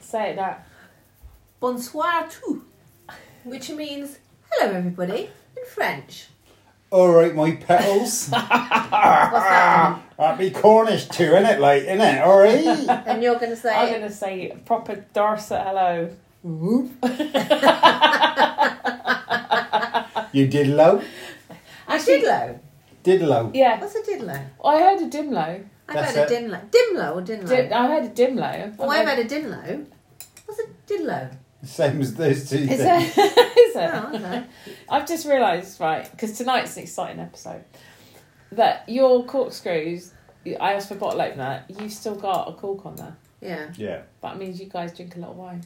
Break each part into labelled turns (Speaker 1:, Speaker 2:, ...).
Speaker 1: say it that.
Speaker 2: Bonsoir tout, which means hello everybody in French.
Speaker 3: All right, my
Speaker 2: What's
Speaker 3: petals.
Speaker 2: that?
Speaker 3: That'd be Cornish too, innit? Like, innit? All right.
Speaker 2: And you're going to say
Speaker 1: I'm gonna say proper Dorset hello.
Speaker 2: Whoop.
Speaker 3: You diddlo,
Speaker 2: a didlo.
Speaker 3: diddlo.
Speaker 1: Yeah,
Speaker 2: What's a didlo?
Speaker 1: I heard a dimlo.
Speaker 2: I've
Speaker 3: That's
Speaker 2: had a
Speaker 3: it.
Speaker 2: dimlo. Dimlo or dinlo?
Speaker 1: Di- I heard a dimlo.
Speaker 2: oh, I've had a dinlo. What's a didlo?
Speaker 3: Same as those two
Speaker 1: Is
Speaker 3: things.
Speaker 1: it? Is it?
Speaker 2: Oh, okay.
Speaker 1: I've just realised, right, because tonight's an exciting episode, that your corkscrews, I asked for bottle opener, you've still got a cork on there.
Speaker 2: Yeah.
Speaker 3: Yeah.
Speaker 1: That means you guys drink a lot of wine.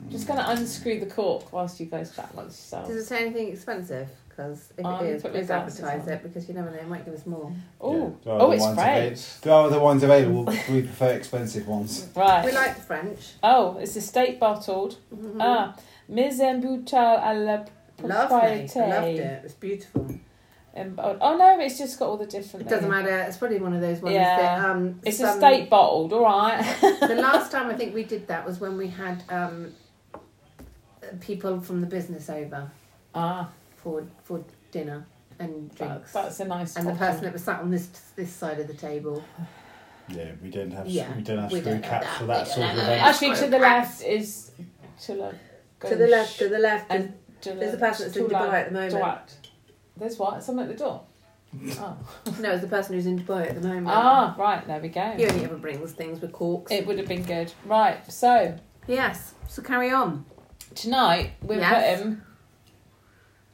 Speaker 1: I'm just going to
Speaker 2: Mm.
Speaker 1: unscrew the cork whilst you guys chat amongst
Speaker 2: Does
Speaker 1: yourselves.
Speaker 2: it say anything expensive? Because if
Speaker 1: I'm
Speaker 2: it is,
Speaker 1: putting my
Speaker 2: please
Speaker 1: glasses
Speaker 2: advertise
Speaker 1: on.
Speaker 2: it because you never know, it might give us more.
Speaker 1: Oh,
Speaker 3: Yeah. There are
Speaker 1: oh,
Speaker 3: the
Speaker 1: it's
Speaker 3: ones
Speaker 1: French.
Speaker 3: avai- There are the ones available. but we prefer expensive ones.
Speaker 2: We
Speaker 1: Right.
Speaker 2: like the French.
Speaker 1: Oh, it's estate bottled.
Speaker 2: Mhm.
Speaker 1: Ah, mise en bouteille à la
Speaker 2: Lovely. I loved
Speaker 1: propriété.
Speaker 2: it. It's beautiful.
Speaker 1: Em- Oh oh, no, it's just got all the different.
Speaker 2: It doesn't
Speaker 1: things.
Speaker 2: matter. It's probably one of those ones
Speaker 1: Yeah.
Speaker 2: that um.
Speaker 1: It's
Speaker 2: some-
Speaker 1: estate bottled, all right.
Speaker 2: the last time I think we did that was when we had um, people from the business over
Speaker 1: ah,
Speaker 2: for for dinner and
Speaker 1: that,
Speaker 2: drinks,
Speaker 1: that's a nice.
Speaker 2: and the
Speaker 1: bottle.
Speaker 2: person that was sat on this this side of the table.
Speaker 3: Yeah, we don't have
Speaker 2: Yeah,
Speaker 3: we don't have
Speaker 2: we
Speaker 3: screw
Speaker 2: don't have
Speaker 3: caps
Speaker 2: that.
Speaker 3: for
Speaker 2: We don't
Speaker 3: that sort of
Speaker 2: have
Speaker 3: event.
Speaker 2: that.
Speaker 1: Actually, to the left is to the
Speaker 2: To the left, to the left,
Speaker 1: and to
Speaker 2: there's the person that's in
Speaker 1: to
Speaker 2: Dubai
Speaker 1: the
Speaker 2: at the moment.
Speaker 1: Dwight. There's what? Someone at the door. Oh.
Speaker 2: no, it's the person who's in Dubai at the moment.
Speaker 1: ah, right. There we go.
Speaker 2: He only ever brings things with corks.
Speaker 1: It would have been good. Right. So
Speaker 2: yes, so carry on.
Speaker 1: tonight we're
Speaker 2: Yes.
Speaker 1: putting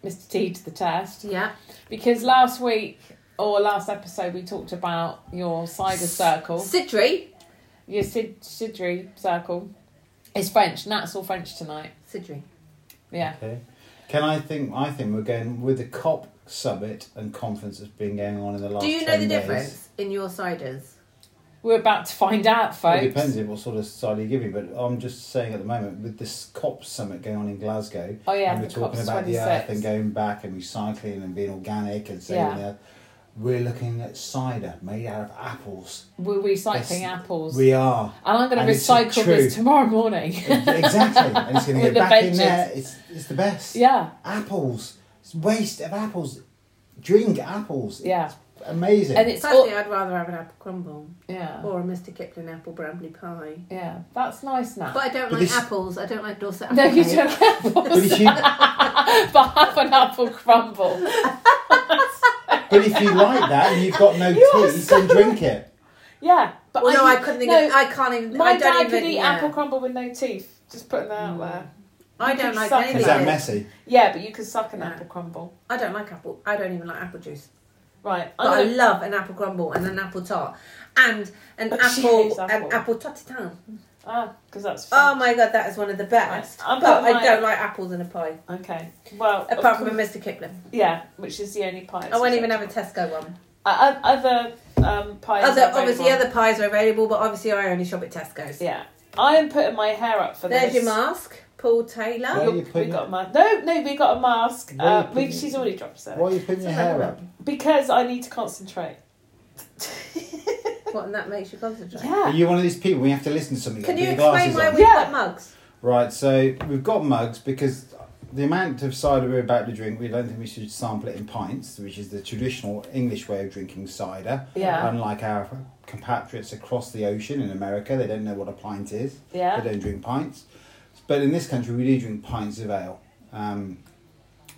Speaker 1: Mr. T to the test
Speaker 2: Yeah,
Speaker 1: because last week or last episode we talked about your cider circle,
Speaker 2: Sidri,
Speaker 1: your Sid- Sidri circle. It's French, and that's all French tonight.
Speaker 2: Sidri.
Speaker 1: Yeah.
Speaker 3: Okay. Can I think? I think we're going with the COP summit and conference that's been going on in the last.
Speaker 2: Do you know
Speaker 3: 10
Speaker 2: the
Speaker 3: days.
Speaker 2: difference in your ciders?
Speaker 1: We're about to find out, folks.
Speaker 3: It depends on what sort of side you give me, but I'm just saying at the moment with this COP summit going on in Glasgow,
Speaker 1: Oh yeah,
Speaker 3: and we're
Speaker 1: the
Speaker 3: talking
Speaker 1: COP's
Speaker 3: about the
Speaker 1: 26.
Speaker 3: earth and going back and recycling and being organic and saving
Speaker 1: Yeah.
Speaker 3: the earth. We're looking at cider made out of apples.
Speaker 1: We're recycling
Speaker 3: Yes,
Speaker 1: apples.
Speaker 3: We are
Speaker 1: and I'm going
Speaker 3: and
Speaker 1: to
Speaker 3: it's
Speaker 1: recycle
Speaker 3: true.
Speaker 1: this tomorrow morning.
Speaker 3: exactly, and it's going to
Speaker 1: With the
Speaker 3: go back
Speaker 1: benches.
Speaker 3: in there. It's it's the best.
Speaker 1: yeah,
Speaker 3: apples. It's waste of apples. Drink apples.
Speaker 1: yeah.
Speaker 3: Amazing.
Speaker 1: And it's all, Oh.
Speaker 2: Sadly, I'd rather have an apple crumble
Speaker 1: yeah,
Speaker 2: or a Mr. Kipling apple brambly pie.
Speaker 1: yeah. That's nice now.
Speaker 2: But I don't
Speaker 3: But
Speaker 2: like
Speaker 3: this-
Speaker 2: apples. I don't like Dorset apple
Speaker 1: no, you
Speaker 2: cake.
Speaker 1: don't have
Speaker 3: but,
Speaker 1: apples,
Speaker 3: if you,
Speaker 1: but have an apple crumble.
Speaker 3: but if you like that and you've got no
Speaker 1: You are
Speaker 3: teeth, then drink it.
Speaker 1: Yeah, but
Speaker 2: Well, no, I couldn't think
Speaker 1: no,
Speaker 2: of. I can't even.
Speaker 1: my
Speaker 2: I don't
Speaker 1: dad
Speaker 2: even,
Speaker 1: could eat
Speaker 2: yeah. Mm.
Speaker 1: apple crumble with no teeth. Just putting that out there.
Speaker 2: I
Speaker 1: You
Speaker 2: don't
Speaker 1: could
Speaker 2: like
Speaker 1: suck
Speaker 2: anything.
Speaker 1: it.
Speaker 3: Is that
Speaker 2: like-
Speaker 3: messy?
Speaker 1: Yeah, but you could suck an
Speaker 2: No.
Speaker 1: apple crumble.
Speaker 2: I don't like apple. I don't even like apple juice.
Speaker 1: Right.
Speaker 2: But I
Speaker 1: I'm gonna,
Speaker 2: love an apple crumble and an apple tart and an
Speaker 1: But she
Speaker 2: apple,
Speaker 1: hates apple.
Speaker 2: an apple tartitan.
Speaker 1: ah, because that's.
Speaker 2: Oh
Speaker 1: Fun.
Speaker 2: my god, that is one of the best.
Speaker 1: Right. I'll
Speaker 2: But
Speaker 1: put
Speaker 2: I
Speaker 1: my-
Speaker 2: don't like apples in a pie.
Speaker 1: okay. Well, of
Speaker 2: Apart from a
Speaker 1: course-
Speaker 2: Mr. Kipling,
Speaker 1: yeah, which is the only pie.
Speaker 2: I won't even have a Tesco one.
Speaker 1: Uh, other um, pies.
Speaker 2: Other,
Speaker 1: are available.
Speaker 2: obviously, other pies are available, but obviously, I only shop at Tesco's.
Speaker 1: Yeah, I am putting my hair up for
Speaker 2: There's
Speaker 1: this.
Speaker 2: your mask, Paul Taylor.
Speaker 3: Where are you
Speaker 1: Look, we
Speaker 3: putting
Speaker 1: got a mask. No, no, we got a mask.
Speaker 3: Where are you
Speaker 1: Uh,
Speaker 3: putting
Speaker 1: we,
Speaker 3: it?
Speaker 1: she's already dropped it
Speaker 3: Why are you putting your hair up?
Speaker 1: because I need to concentrate.
Speaker 2: What, and that makes you concentrate?
Speaker 1: yeah.
Speaker 3: Are you one of these people? We have to listen to something.
Speaker 2: Can
Speaker 3: Put
Speaker 2: you
Speaker 3: your
Speaker 2: explain
Speaker 3: glasses
Speaker 2: why
Speaker 3: on.
Speaker 2: we've
Speaker 1: Yeah.
Speaker 2: got mugs?
Speaker 3: Right, so we've got mugs because the amount of cider we're about to drink, we don't think we should sample it in pints, which is the traditional English way of drinking cider.
Speaker 1: Yeah.
Speaker 3: Unlike our compatriots across the ocean in America, they don't know what a pint is.
Speaker 1: Yeah.
Speaker 3: They don't drink pints. But in this country, we do drink pints of ale um,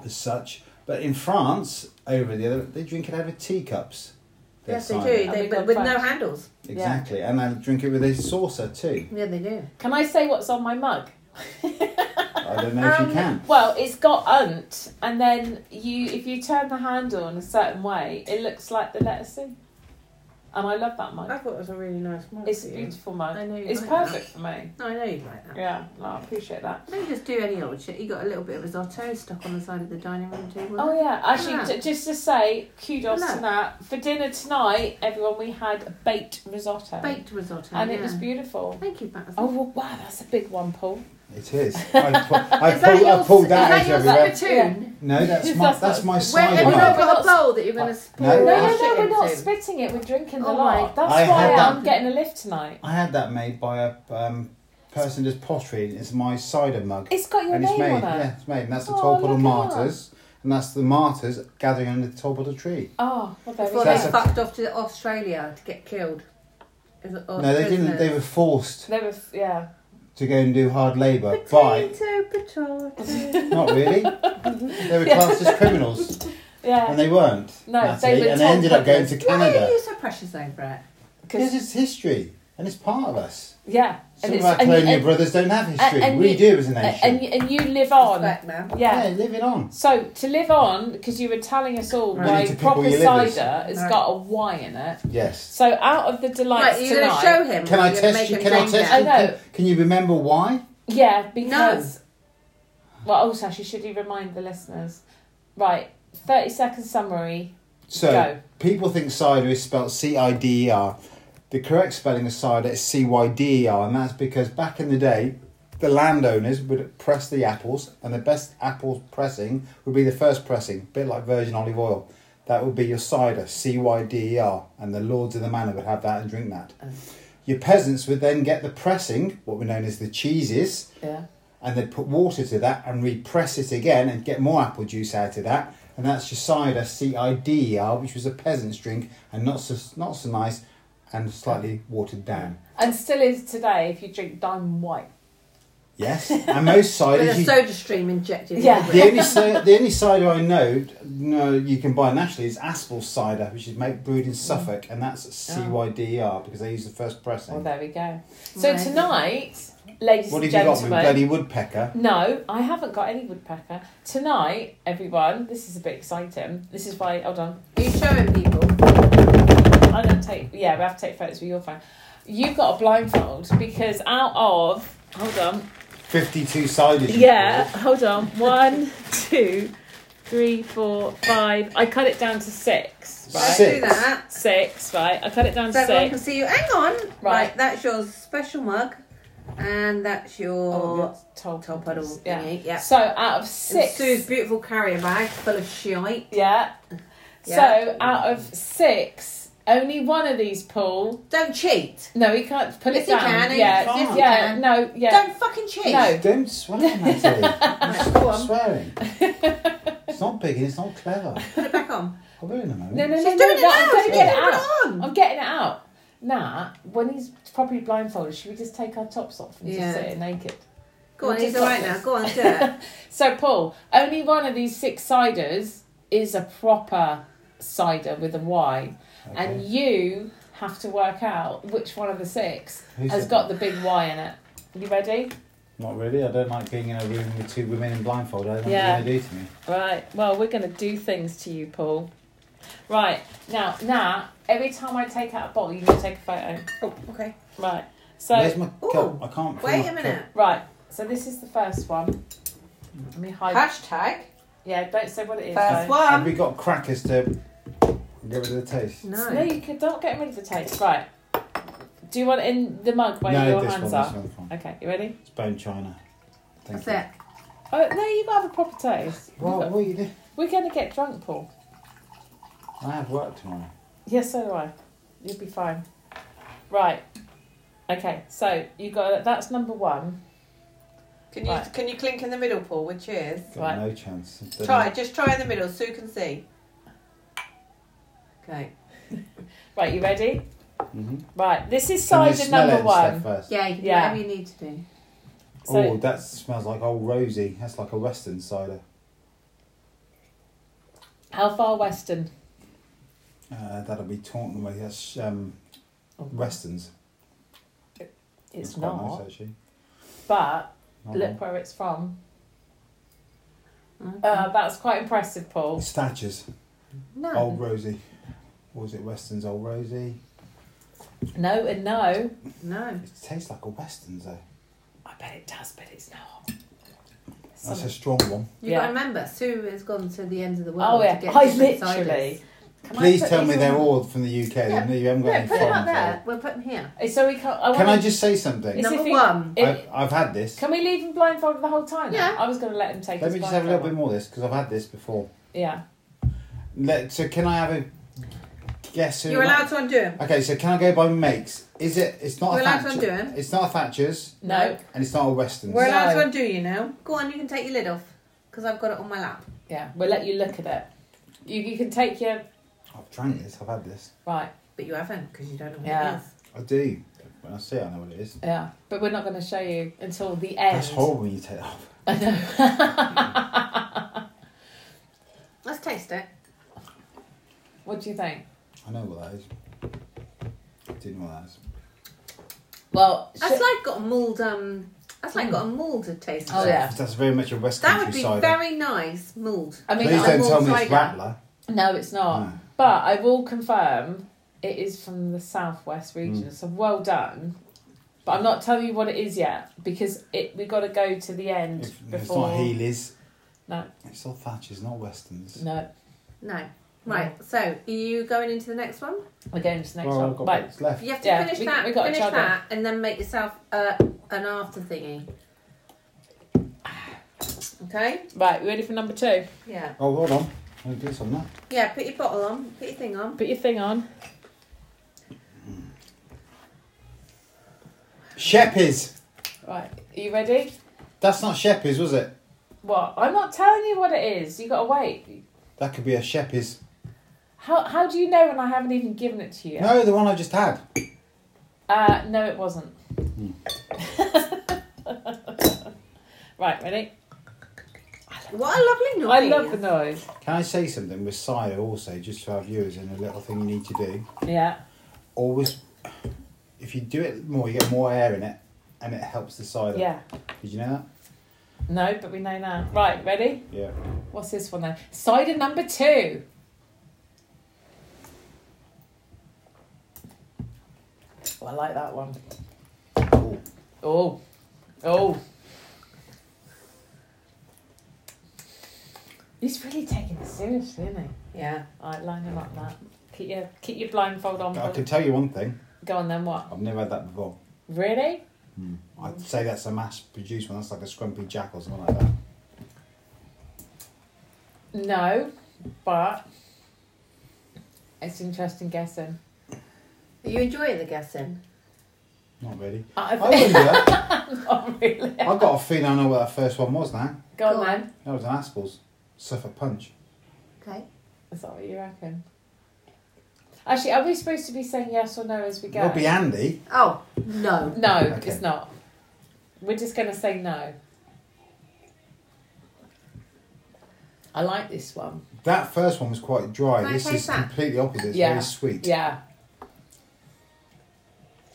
Speaker 3: as such. But in France, over the other, they drink it out of teacups. their
Speaker 2: Yes, they do.
Speaker 3: cider.
Speaker 2: They,
Speaker 1: we
Speaker 2: but
Speaker 1: got
Speaker 2: with no
Speaker 1: French.
Speaker 2: handles.
Speaker 3: Exactly. And they drink it with a saucer too.
Speaker 2: Yeah, they do.
Speaker 1: Can I say what's on my mug?
Speaker 3: I don't know if
Speaker 2: Um,
Speaker 3: you can.
Speaker 1: Well, it's got unt, and then you if you turn the handle in a certain way, it looks like the letter C. And I love that mug.
Speaker 2: I thought it was a really nice mug.
Speaker 1: It's a
Speaker 2: for you.
Speaker 1: beautiful mug.
Speaker 2: I know you
Speaker 1: It's
Speaker 2: like
Speaker 1: perfect for me.
Speaker 2: No, I know you'd like that.
Speaker 1: Yeah, no, I appreciate that.
Speaker 2: Maybe just do any old shit. You got a little bit of risotto stuck on the side of the dining room table.
Speaker 1: Oh yeah, actually,
Speaker 2: Yeah.
Speaker 1: j- just to say kudos
Speaker 2: Look.
Speaker 1: to that for dinner tonight. Everyone, we had baked risotto,
Speaker 2: Baked risotto.
Speaker 1: and it
Speaker 2: yeah.
Speaker 1: was beautiful.
Speaker 2: Thank you, Matt.
Speaker 1: Oh well, wow, that's a big one, Paul.
Speaker 3: It is. I, pu- I,
Speaker 2: is
Speaker 3: pulled, I
Speaker 2: that
Speaker 3: pulled that
Speaker 2: that
Speaker 3: out
Speaker 2: your
Speaker 3: everywhere.
Speaker 2: spittoon?
Speaker 3: No, that's my
Speaker 1: That's
Speaker 3: that's my
Speaker 2: Where,
Speaker 3: cider
Speaker 2: have
Speaker 1: no,
Speaker 2: you not
Speaker 3: mug.
Speaker 1: we're
Speaker 2: got a
Speaker 1: not-
Speaker 2: bowl that you're going to spill
Speaker 3: No,
Speaker 1: No,
Speaker 2: your
Speaker 1: no,
Speaker 2: shit
Speaker 1: no, we're not
Speaker 2: into?
Speaker 1: spitting it. We're drinking the
Speaker 2: Oh my-
Speaker 1: lot. That's
Speaker 3: I
Speaker 1: why
Speaker 3: had
Speaker 1: I'm
Speaker 3: that-
Speaker 1: getting a lift tonight.
Speaker 3: I had that made by a um, person does pottery. and It's my cider mug.
Speaker 1: It's got your
Speaker 3: and it's
Speaker 1: name
Speaker 3: made,
Speaker 1: on it.
Speaker 3: yeah, it's made. And that's the
Speaker 1: Oh,
Speaker 3: Tall Puddle
Speaker 1: look at that.
Speaker 3: Martyrs, and that's the martyrs gathering under the Tall Puddle tree.
Speaker 1: Oh, well, there we go.
Speaker 2: Before they
Speaker 3: that's a-
Speaker 2: fucked off to Australia to get killed. Is it-
Speaker 1: Oh,
Speaker 2: or
Speaker 3: no, they didn't.
Speaker 2: prisoners.
Speaker 3: They were forced
Speaker 1: They were, f- yeah.
Speaker 3: to go and do hard labour by
Speaker 2: Potato, potato.
Speaker 3: not really. They were
Speaker 1: Yeah.
Speaker 3: classed as criminals,
Speaker 1: Yeah.
Speaker 3: and they weren't.
Speaker 1: No,
Speaker 3: That's
Speaker 1: they
Speaker 3: it.
Speaker 1: were
Speaker 3: and they
Speaker 1: Tall
Speaker 3: ended up going
Speaker 1: Puddles.
Speaker 3: to
Speaker 2: Why are
Speaker 3: Canada
Speaker 2: you so precious over it?
Speaker 3: because
Speaker 1: 'Cause-
Speaker 3: it's history and it's part of us.
Speaker 1: yeah.
Speaker 3: Some
Speaker 1: it's-
Speaker 3: of
Speaker 1: and
Speaker 3: our
Speaker 1: you-
Speaker 3: colonial
Speaker 1: and-
Speaker 3: brothers don't have history.
Speaker 1: and
Speaker 3: we
Speaker 1: you-
Speaker 3: do as a nation.
Speaker 1: and, you- and you live on.
Speaker 2: Respect, man.
Speaker 1: Yeah.
Speaker 3: yeah, live it on.
Speaker 1: So to live on, because you were telling us all
Speaker 2: You
Speaker 1: why
Speaker 3: need to pick all
Speaker 1: proper
Speaker 3: your livers.
Speaker 1: cider has
Speaker 2: Right.
Speaker 1: got a Y in it.
Speaker 3: Yes.
Speaker 1: So out of the delights
Speaker 2: Right, you're going to
Speaker 1: tonight,
Speaker 2: show him.
Speaker 3: Can
Speaker 2: or
Speaker 3: I
Speaker 2: you're gonna
Speaker 3: test you?
Speaker 2: make him
Speaker 3: Can I
Speaker 2: change
Speaker 3: test
Speaker 1: that.
Speaker 3: you?
Speaker 1: I know.
Speaker 3: Can, can you remember why?
Speaker 1: yeah, because well, also actually, should you remind the listeners? Right, thirty second summary.
Speaker 3: So
Speaker 1: Go.
Speaker 3: people think cider is spelled C I D E R. The correct spelling of cider is C Y D E R, and that's because back in the day, the landowners would press the apples, and the best apple pressing would be the first pressing, bit like virgin olive oil. That would be your cider, C Y D E R, and the lords of the manor would have that and drink that. Your peasants would then get the pressing, what were known as the cheeses,
Speaker 1: Yeah.
Speaker 3: and they'd put water to that and repress it again and get more apple juice out of that. And that's your cider, C I D E R, which was a peasant's drink and not so not so nice and slightly watered down.
Speaker 1: And still is today if you drink Diamond White.
Speaker 3: Yes, and most
Speaker 2: With
Speaker 3: ciders.
Speaker 2: a
Speaker 3: You,
Speaker 2: soda stream injected.
Speaker 1: Yeah.
Speaker 2: into
Speaker 3: the
Speaker 2: it.
Speaker 3: only ci- the only cider I know no you can buy nationally is Aspel cider, which is made brewed in Suffolk, and that's C Y D E R because they use the first
Speaker 1: Oh. Well,
Speaker 3: pressing.
Speaker 1: there we go. So
Speaker 2: Amazing.
Speaker 1: tonight, ladies
Speaker 3: what
Speaker 1: and
Speaker 3: have you got with
Speaker 1: gentlemen,
Speaker 3: bloody woodpecker?
Speaker 1: No, I haven't got any woodpecker. Tonight, everyone, this is a bit exciting. This is why, hold on,
Speaker 2: Are you showing people?
Speaker 1: I don't take, yeah, we have to take photos with your phone. You've got a blindfold because out of, hold on,
Speaker 3: Fifty-two ciders. you
Speaker 1: yeah,
Speaker 3: call it.
Speaker 1: hold on, one, two, three, four, five. I cut it down to six, right?
Speaker 2: Don't
Speaker 1: Six,
Speaker 3: Six.
Speaker 2: do that.
Speaker 1: right? I cut it down
Speaker 2: So
Speaker 1: to
Speaker 2: everyone can
Speaker 1: six.
Speaker 2: see you. Hang on. Right.
Speaker 1: Right.
Speaker 2: that's your special mug, and that's your
Speaker 1: Oh, top
Speaker 2: top puddle
Speaker 1: Yeah.
Speaker 2: thingy. Yeah.
Speaker 1: So out of
Speaker 2: And
Speaker 1: six.
Speaker 2: Sue's beautiful carrier bag full of shite.
Speaker 1: Yeah.
Speaker 2: Yeah.
Speaker 1: So out of six, only one of these pull.
Speaker 2: Don't cheat.
Speaker 1: No, he can't put
Speaker 2: Yes,
Speaker 1: it
Speaker 2: you
Speaker 1: down.
Speaker 2: can. and
Speaker 1: yeah,
Speaker 3: can't.
Speaker 2: Yes, you
Speaker 1: yeah,
Speaker 2: can.
Speaker 1: no, yeah.
Speaker 2: Don't fucking cheat.
Speaker 1: No.
Speaker 3: Don't swear, Natalie.
Speaker 2: Right, go
Speaker 3: Stop
Speaker 2: on.
Speaker 3: swearing. It's not big and it's not clever.
Speaker 2: Put it back on.
Speaker 3: I'll be in a moment.
Speaker 1: No, no, no,
Speaker 2: She's
Speaker 1: no,
Speaker 2: doing
Speaker 1: no,
Speaker 2: it now.
Speaker 1: I'm going to
Speaker 2: She's
Speaker 1: get it
Speaker 2: putting it
Speaker 1: out.
Speaker 2: on.
Speaker 1: I'm getting it out. Nah, when he's properly blindfolded, should we just take our tops off and
Speaker 2: Yeah.
Speaker 1: just sit here naked?
Speaker 2: Go on.
Speaker 1: We'll
Speaker 2: He's
Speaker 1: do
Speaker 2: all right now.
Speaker 1: topless.
Speaker 2: Go on. Do it.
Speaker 1: So, Paul, only one of these six ciders is a proper cider with a Y, and
Speaker 3: Okay.
Speaker 1: you have to work out which one of the six
Speaker 3: Who
Speaker 1: has
Speaker 3: said
Speaker 1: got the big Y in it. You ready?
Speaker 3: Not really. I don't like being in a room with two women in blindfold. I don't know
Speaker 1: Yeah.
Speaker 3: what they do to me.
Speaker 1: Right. Well, we're going to do things to you, Paul. Right. Now, now, every time I take out a bottle, you need to take a photo.
Speaker 2: Oh, okay.
Speaker 1: Right. So,
Speaker 3: Where's my
Speaker 2: Ooh.
Speaker 3: cup? I can't. find
Speaker 2: Wait
Speaker 3: my
Speaker 2: a minute.
Speaker 1: right. So this is the first one. Let me hide.
Speaker 2: Hashtag
Speaker 1: Yeah, don't say what it is.
Speaker 2: first
Speaker 1: though.
Speaker 3: cup. Have
Speaker 2: one.
Speaker 3: we got crackers to get rid of the taste?
Speaker 2: Um, No.
Speaker 1: No, you can, don't get rid of the taste. Right. Do you want it in the mug where
Speaker 3: no,
Speaker 1: your
Speaker 3: this
Speaker 1: hands
Speaker 3: one,
Speaker 1: are?
Speaker 3: this one, this one.
Speaker 1: Okay, you ready?
Speaker 3: It's bone china. Thank
Speaker 2: That's
Speaker 3: you.
Speaker 2: it.
Speaker 1: Oh, no, you gotta have a proper taste. You've
Speaker 3: What,
Speaker 1: got-
Speaker 3: what are you doing?
Speaker 1: We're going to get drunk, Paul.
Speaker 3: I have work tomorrow.
Speaker 1: Yes, so do I. You'll be fine. Right. Okay, so you got that's number one.
Speaker 2: Can you
Speaker 1: Right.
Speaker 2: can you clink in the middle, Paul? With cheers.
Speaker 3: Got
Speaker 1: Right.
Speaker 3: no chance. Don't
Speaker 2: Try
Speaker 3: know.
Speaker 2: it. Just try in the middle, so you can see. Okay.
Speaker 1: Right, you ready?
Speaker 3: Mhm.
Speaker 1: Right, this is
Speaker 3: Can you
Speaker 1: cider
Speaker 3: smell it
Speaker 1: number
Speaker 3: and stuff
Speaker 1: one.
Speaker 3: first?
Speaker 2: Yeah. You can
Speaker 1: Yeah.
Speaker 2: do whatever you need to do.
Speaker 1: So,
Speaker 3: oh, that smells like old rosy. That's like a western cider.
Speaker 1: how far western?
Speaker 3: Uh, that'll be Taunton way. That's um, westerns.
Speaker 1: It's
Speaker 3: quite
Speaker 1: not,
Speaker 3: nice actually.
Speaker 1: but
Speaker 3: Not
Speaker 1: look where it's from.
Speaker 2: Okay.
Speaker 1: Uh, that's quite impressive,
Speaker 2: oh.
Speaker 3: bad.
Speaker 1: Paul.
Speaker 3: Statures.
Speaker 2: no.
Speaker 3: Old Rosie. What was it? Weston's Old Rosie.
Speaker 1: No and no.
Speaker 2: No.
Speaker 3: It tastes like a Weston's though.
Speaker 1: I bet it does, but it's not.
Speaker 3: That's
Speaker 1: Some-
Speaker 3: a strong one.
Speaker 2: You
Speaker 1: Yeah.
Speaker 2: gotta remember, Sue has gone to the ends of the world.
Speaker 1: oh yeah,
Speaker 2: to get
Speaker 1: I
Speaker 2: different
Speaker 1: literally.
Speaker 2: ciders.
Speaker 1: Can I
Speaker 3: Please
Speaker 1: put
Speaker 3: tell
Speaker 1: these
Speaker 3: me they're
Speaker 1: on?
Speaker 3: all from the UK.
Speaker 2: Yeah.
Speaker 3: then You haven't got
Speaker 2: No,
Speaker 3: any
Speaker 2: put them
Speaker 3: foreign
Speaker 2: up there.
Speaker 3: flavour.
Speaker 2: We'll put them here.
Speaker 1: So we can't. I
Speaker 3: Can I
Speaker 1: wanna-
Speaker 3: just say
Speaker 1: Is
Speaker 3: something?
Speaker 2: Number
Speaker 1: if you-
Speaker 2: one.
Speaker 1: if-
Speaker 3: I've, I've had this.
Speaker 1: Can we leave him blindfolded the whole time?
Speaker 2: Yeah.
Speaker 1: I was going to let him take.
Speaker 3: Let
Speaker 1: his
Speaker 3: me just have a little bit
Speaker 1: blindfold
Speaker 3: more of this because I've had this before.
Speaker 1: off. Yeah.
Speaker 3: Let, so can I have a guess who?
Speaker 2: You're allowed to undo him.
Speaker 3: Okay, so can I go by makes? Is it? It's not
Speaker 2: We're
Speaker 3: a
Speaker 2: allowed to undo
Speaker 3: Thatcher.
Speaker 2: him.
Speaker 3: It's not a Thatcher's,
Speaker 1: No.
Speaker 3: and it's not a Weston's.
Speaker 2: We're
Speaker 1: No.
Speaker 2: allowed to undo you now. Go on, you can take your lid off because I've got it on my lap.
Speaker 1: Yeah, we'll let you look at it. You, you can take your.
Speaker 3: I've drank this. I've had this.
Speaker 1: Right,
Speaker 2: But you haven't because you don't know what
Speaker 1: Yeah.
Speaker 2: it is.
Speaker 3: I do. When I see it, I know what it is.
Speaker 1: yeah. But we're not going to show you until the end.
Speaker 3: That's horrible when you take it off.
Speaker 1: I know.
Speaker 2: Let's taste it.
Speaker 1: what do you think?
Speaker 3: I know what that is. I do know what that is.
Speaker 1: Well,
Speaker 2: That's
Speaker 1: shit-
Speaker 2: like got a mulled um. That's like got a moulded taste. to
Speaker 1: Hmm. Oh,
Speaker 2: it.
Speaker 1: yeah.
Speaker 3: That's very much a West
Speaker 2: That would
Speaker 3: Country
Speaker 2: be
Speaker 3: cider.
Speaker 2: very nice mulled.
Speaker 1: I mean,
Speaker 3: Please
Speaker 1: I
Speaker 3: don't
Speaker 1: will,
Speaker 3: tell me it's
Speaker 2: cider.
Speaker 3: Rattler.
Speaker 1: no, it's not.
Speaker 3: No.
Speaker 1: But I will confirm it is from the southwest
Speaker 3: Hmm.
Speaker 1: region. So well done. But I'm not telling you what it is yet because it we got to go to the end
Speaker 3: If- It's
Speaker 1: before.
Speaker 3: not Healy's.
Speaker 1: No,
Speaker 3: It's not Thatcher's, not Weston's.
Speaker 1: no,
Speaker 2: No. Right. So are you going into the next one?
Speaker 1: we're going to the next
Speaker 3: well, I've
Speaker 1: one.
Speaker 3: got
Speaker 1: Right,
Speaker 3: what's left.
Speaker 2: You have to
Speaker 1: Yeah,
Speaker 2: finish
Speaker 1: we-
Speaker 2: that.
Speaker 1: we gotta
Speaker 2: finish
Speaker 1: chug
Speaker 2: that, and then make yourself uh, an after thingy. Okay.
Speaker 1: right, you ready for number two?
Speaker 2: Yeah.
Speaker 3: Oh, hold on. I'll do some now.
Speaker 2: Yeah. Put your bottle on. Put your thing on.
Speaker 1: Put your thing on.
Speaker 3: Sheppies.
Speaker 1: Right, are you ready?
Speaker 3: That's not Sheppies, was it?
Speaker 1: What? I'm not telling you what it is. You got to wait.
Speaker 3: That could be a Sheppies.
Speaker 1: How how do you know when I haven't even given it to you?
Speaker 3: No, the one I just had.
Speaker 1: Uh, no, it wasn't.
Speaker 3: Hmm.
Speaker 1: right, ready?
Speaker 2: What a lovely
Speaker 1: I
Speaker 2: noise.
Speaker 1: love the noise.
Speaker 3: Can I say something with cider also, just to our viewers, and a little thing you need to do?
Speaker 1: Yeah.
Speaker 3: Always, if you do it more, you get more air in it, and it helps the cider.
Speaker 1: Yeah.
Speaker 3: Did you know
Speaker 1: No, but we know now. Right, ready?
Speaker 3: that? Yeah.
Speaker 1: What's this one then? Cider number two. Oh, I like that one. Oh.
Speaker 3: Cool.
Speaker 1: Oh. He's really taking this seriously, isn't he?
Speaker 2: Yeah.
Speaker 1: Alright, line him up, Matt. Keep your keep your blindfold on.
Speaker 3: I
Speaker 1: bud.
Speaker 3: can tell you one thing.
Speaker 1: Go on then, what?
Speaker 3: I've never had that before.
Speaker 1: Really?
Speaker 3: I'd say that's a mass-produced one. That's like a Scrumpy Jack or something like that.
Speaker 1: No, but it's interesting guessing.
Speaker 2: Are you enjoying the guessing?
Speaker 3: Not really.
Speaker 1: I
Speaker 3: I wouldn't do that.
Speaker 1: not really.
Speaker 3: I've got a feeling I know what that first one was now.
Speaker 1: Go on
Speaker 2: Go on.
Speaker 1: then.
Speaker 3: That was an Aspel's Suffolk Punch.
Speaker 2: Okay.
Speaker 1: Is that what you reckon? Actually, are we supposed to be saying yes or no as we go?
Speaker 3: It'll be Andy.
Speaker 2: Oh no.
Speaker 1: no,
Speaker 3: Okay.
Speaker 1: it's not. We're just going to say no. I like this one.
Speaker 3: That first one was quite dry.
Speaker 2: Can I
Speaker 3: this
Speaker 2: taste
Speaker 3: is
Speaker 2: that?
Speaker 3: completely opposite. It's
Speaker 1: Yeah.
Speaker 3: very sweet.
Speaker 1: Yeah.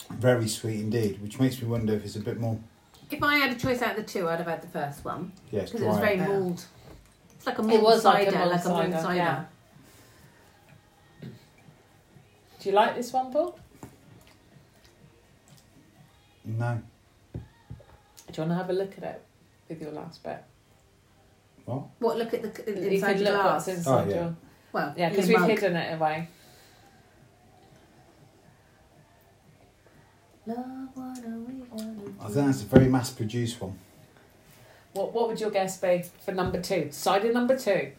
Speaker 3: Very sweet indeed, which makes me wonder if it's a bit more.
Speaker 2: If I had a choice out of the two, I'd have had the first one
Speaker 3: Yeah, it's
Speaker 2: because it was
Speaker 3: dry.
Speaker 2: very
Speaker 1: Yeah.
Speaker 2: mulled. It's like a mulled
Speaker 1: It was like
Speaker 2: cider,
Speaker 1: a mulled
Speaker 2: like a mulled
Speaker 1: cider,
Speaker 2: cider.
Speaker 1: yeah. Do you like this one, Paul?
Speaker 3: No.
Speaker 1: Do you want to have a look at it with your last bit?
Speaker 3: What?
Speaker 2: What? Look at the
Speaker 1: You
Speaker 2: inside
Speaker 1: can
Speaker 2: the
Speaker 1: look
Speaker 2: glass.
Speaker 1: what's inside
Speaker 3: Oh, yeah.
Speaker 1: your-
Speaker 2: Well,
Speaker 1: Yeah, because
Speaker 2: your
Speaker 1: we've
Speaker 2: mug.
Speaker 1: hidden it away.
Speaker 2: Love, what are we gonna
Speaker 3: I
Speaker 2: do?
Speaker 3: think that's a very mass produced one.
Speaker 1: What What would your guess be for number two? Cider number two.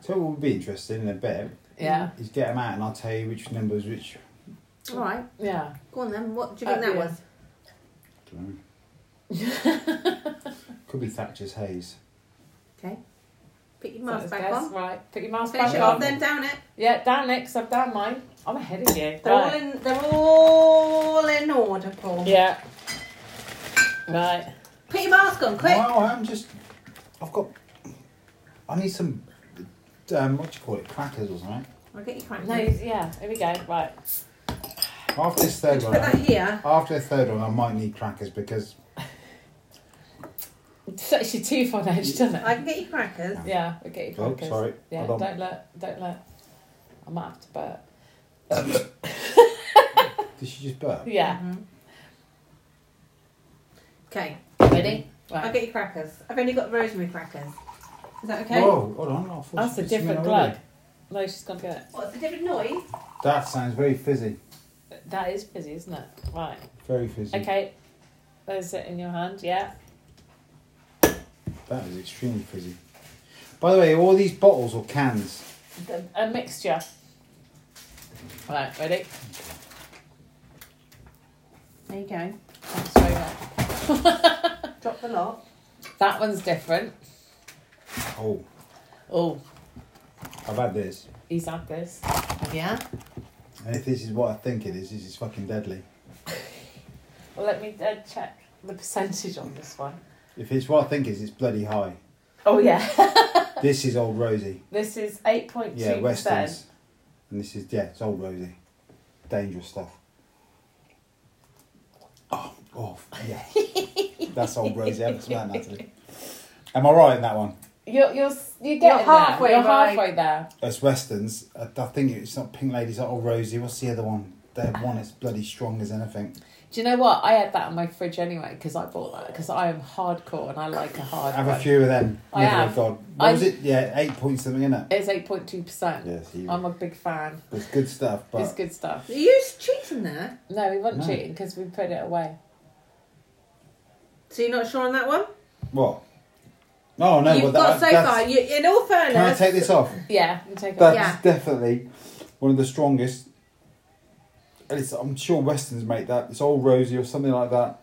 Speaker 3: So what would be interesting in a bit
Speaker 1: Yeah.
Speaker 3: is get them out and I'll tell you which numbers which.
Speaker 2: All right.
Speaker 1: Yeah.
Speaker 2: Go on then. What do you think
Speaker 1: Uh,
Speaker 2: that
Speaker 1: yeah.
Speaker 2: was?
Speaker 3: Dunno. Could be Thatcher's Haze.
Speaker 2: Okay. Put your
Speaker 1: So
Speaker 2: mask
Speaker 1: it's
Speaker 2: back
Speaker 1: guess,
Speaker 2: on.
Speaker 1: Right. Put your mask
Speaker 2: Finish
Speaker 1: back
Speaker 2: it
Speaker 3: on.
Speaker 2: off, then down it.
Speaker 1: Yeah, down it, 'cause I've down mine. I'm ahead of you.
Speaker 2: They're all
Speaker 1: Right.
Speaker 2: in. They're all in order, Paul.
Speaker 1: Yeah. Right.
Speaker 2: Put your mask on, quick.
Speaker 3: Wow, I'm just. I've got. I need some. Um, what do you call it? Crackers or something.
Speaker 2: I'll get you cracked.
Speaker 1: No, yeah, here we go. Right.
Speaker 3: After this
Speaker 2: Could
Speaker 3: third
Speaker 2: you
Speaker 3: one.
Speaker 2: put that here?
Speaker 3: After the third one, I might need crackers because
Speaker 1: It's actually too far edge, doesn't it?
Speaker 2: I can get you crackers.
Speaker 1: Yeah, we get you
Speaker 3: Oh,
Speaker 1: crackers.
Speaker 3: sorry.
Speaker 1: Yeah,
Speaker 3: Hold on.
Speaker 1: don't let, don't let. I might have to burp.
Speaker 3: did she just burp?
Speaker 1: Yeah.
Speaker 2: Okay.
Speaker 1: Ready?
Speaker 2: I'll
Speaker 1: Right.
Speaker 2: get you crackers. I've only got rosemary crackers. Is that okay?
Speaker 3: Whoa, hold on. I thought she
Speaker 1: That's a
Speaker 3: put some in
Speaker 1: different
Speaker 3: already.
Speaker 1: glug. No, she's gonna get it.
Speaker 2: What's the different noise?
Speaker 3: That sounds very fizzy.
Speaker 1: That is busy, isn't it? Right.
Speaker 3: Very fizzy.
Speaker 1: Okay. There's it in your hand. Yeah.
Speaker 3: That is extremely fizzy. By the way, all these bottles or cans,
Speaker 1: th- a mixture. Right, ready?
Speaker 2: There you go.
Speaker 1: That's very well.
Speaker 2: Drop the lot.
Speaker 1: that one's different.
Speaker 3: Oh,
Speaker 1: Oh,
Speaker 3: I've had this.
Speaker 1: he's had this.
Speaker 2: Yeah.
Speaker 3: And if this is what I think it is, this is fucking deadly.
Speaker 1: Well, let me uh, check the percentage on this one.
Speaker 3: If it's what I think it is, it's bloody high.
Speaker 1: Oh, yeah.
Speaker 3: This is old Rosie.
Speaker 1: This is 8.2%.
Speaker 3: Yeah, Weston's. And this is, yeah, it's old Rosie. Dangerous stuff. Oh, oh yeah. That's old Rosie. I haven't smelled that today. Am I right in that one?
Speaker 1: You're, you're, s- you're getting
Speaker 2: halfway
Speaker 1: there. You're
Speaker 2: right.
Speaker 1: halfway there.
Speaker 3: It's Weston's. I, I think it's not Pink Ladies, not old Rosie. What's the other one? That one is bloody strong as anything.
Speaker 1: Do you know what? I had that in my fridge anyway because I bought that because I am hardcore and I like a hard
Speaker 3: Have a
Speaker 1: one.
Speaker 3: few of them.
Speaker 1: I
Speaker 3: Never
Speaker 1: have.
Speaker 3: God. What
Speaker 1: I'm-
Speaker 3: was it? Yeah, eight points something, innit?
Speaker 1: It's 8.2%.
Speaker 3: Yes, you.
Speaker 1: I'm a big fan.
Speaker 3: It's good stuff, but
Speaker 1: it's good stuff.
Speaker 2: Are you cheating there?
Speaker 1: No, we weren't
Speaker 3: No.
Speaker 1: cheating because we put it away.
Speaker 2: So you're not sure on that one?
Speaker 3: what? Oh, No, no.
Speaker 2: You've
Speaker 3: but
Speaker 2: got
Speaker 3: that,
Speaker 2: so
Speaker 3: that's-
Speaker 2: far. You, in all fairness,
Speaker 3: Can I take this off?
Speaker 1: Yeah, you take it.
Speaker 3: That's
Speaker 2: Yeah.
Speaker 3: definitely one of the strongest. And it's, I'm sure Weston's make that. It's old Rosie or something like that.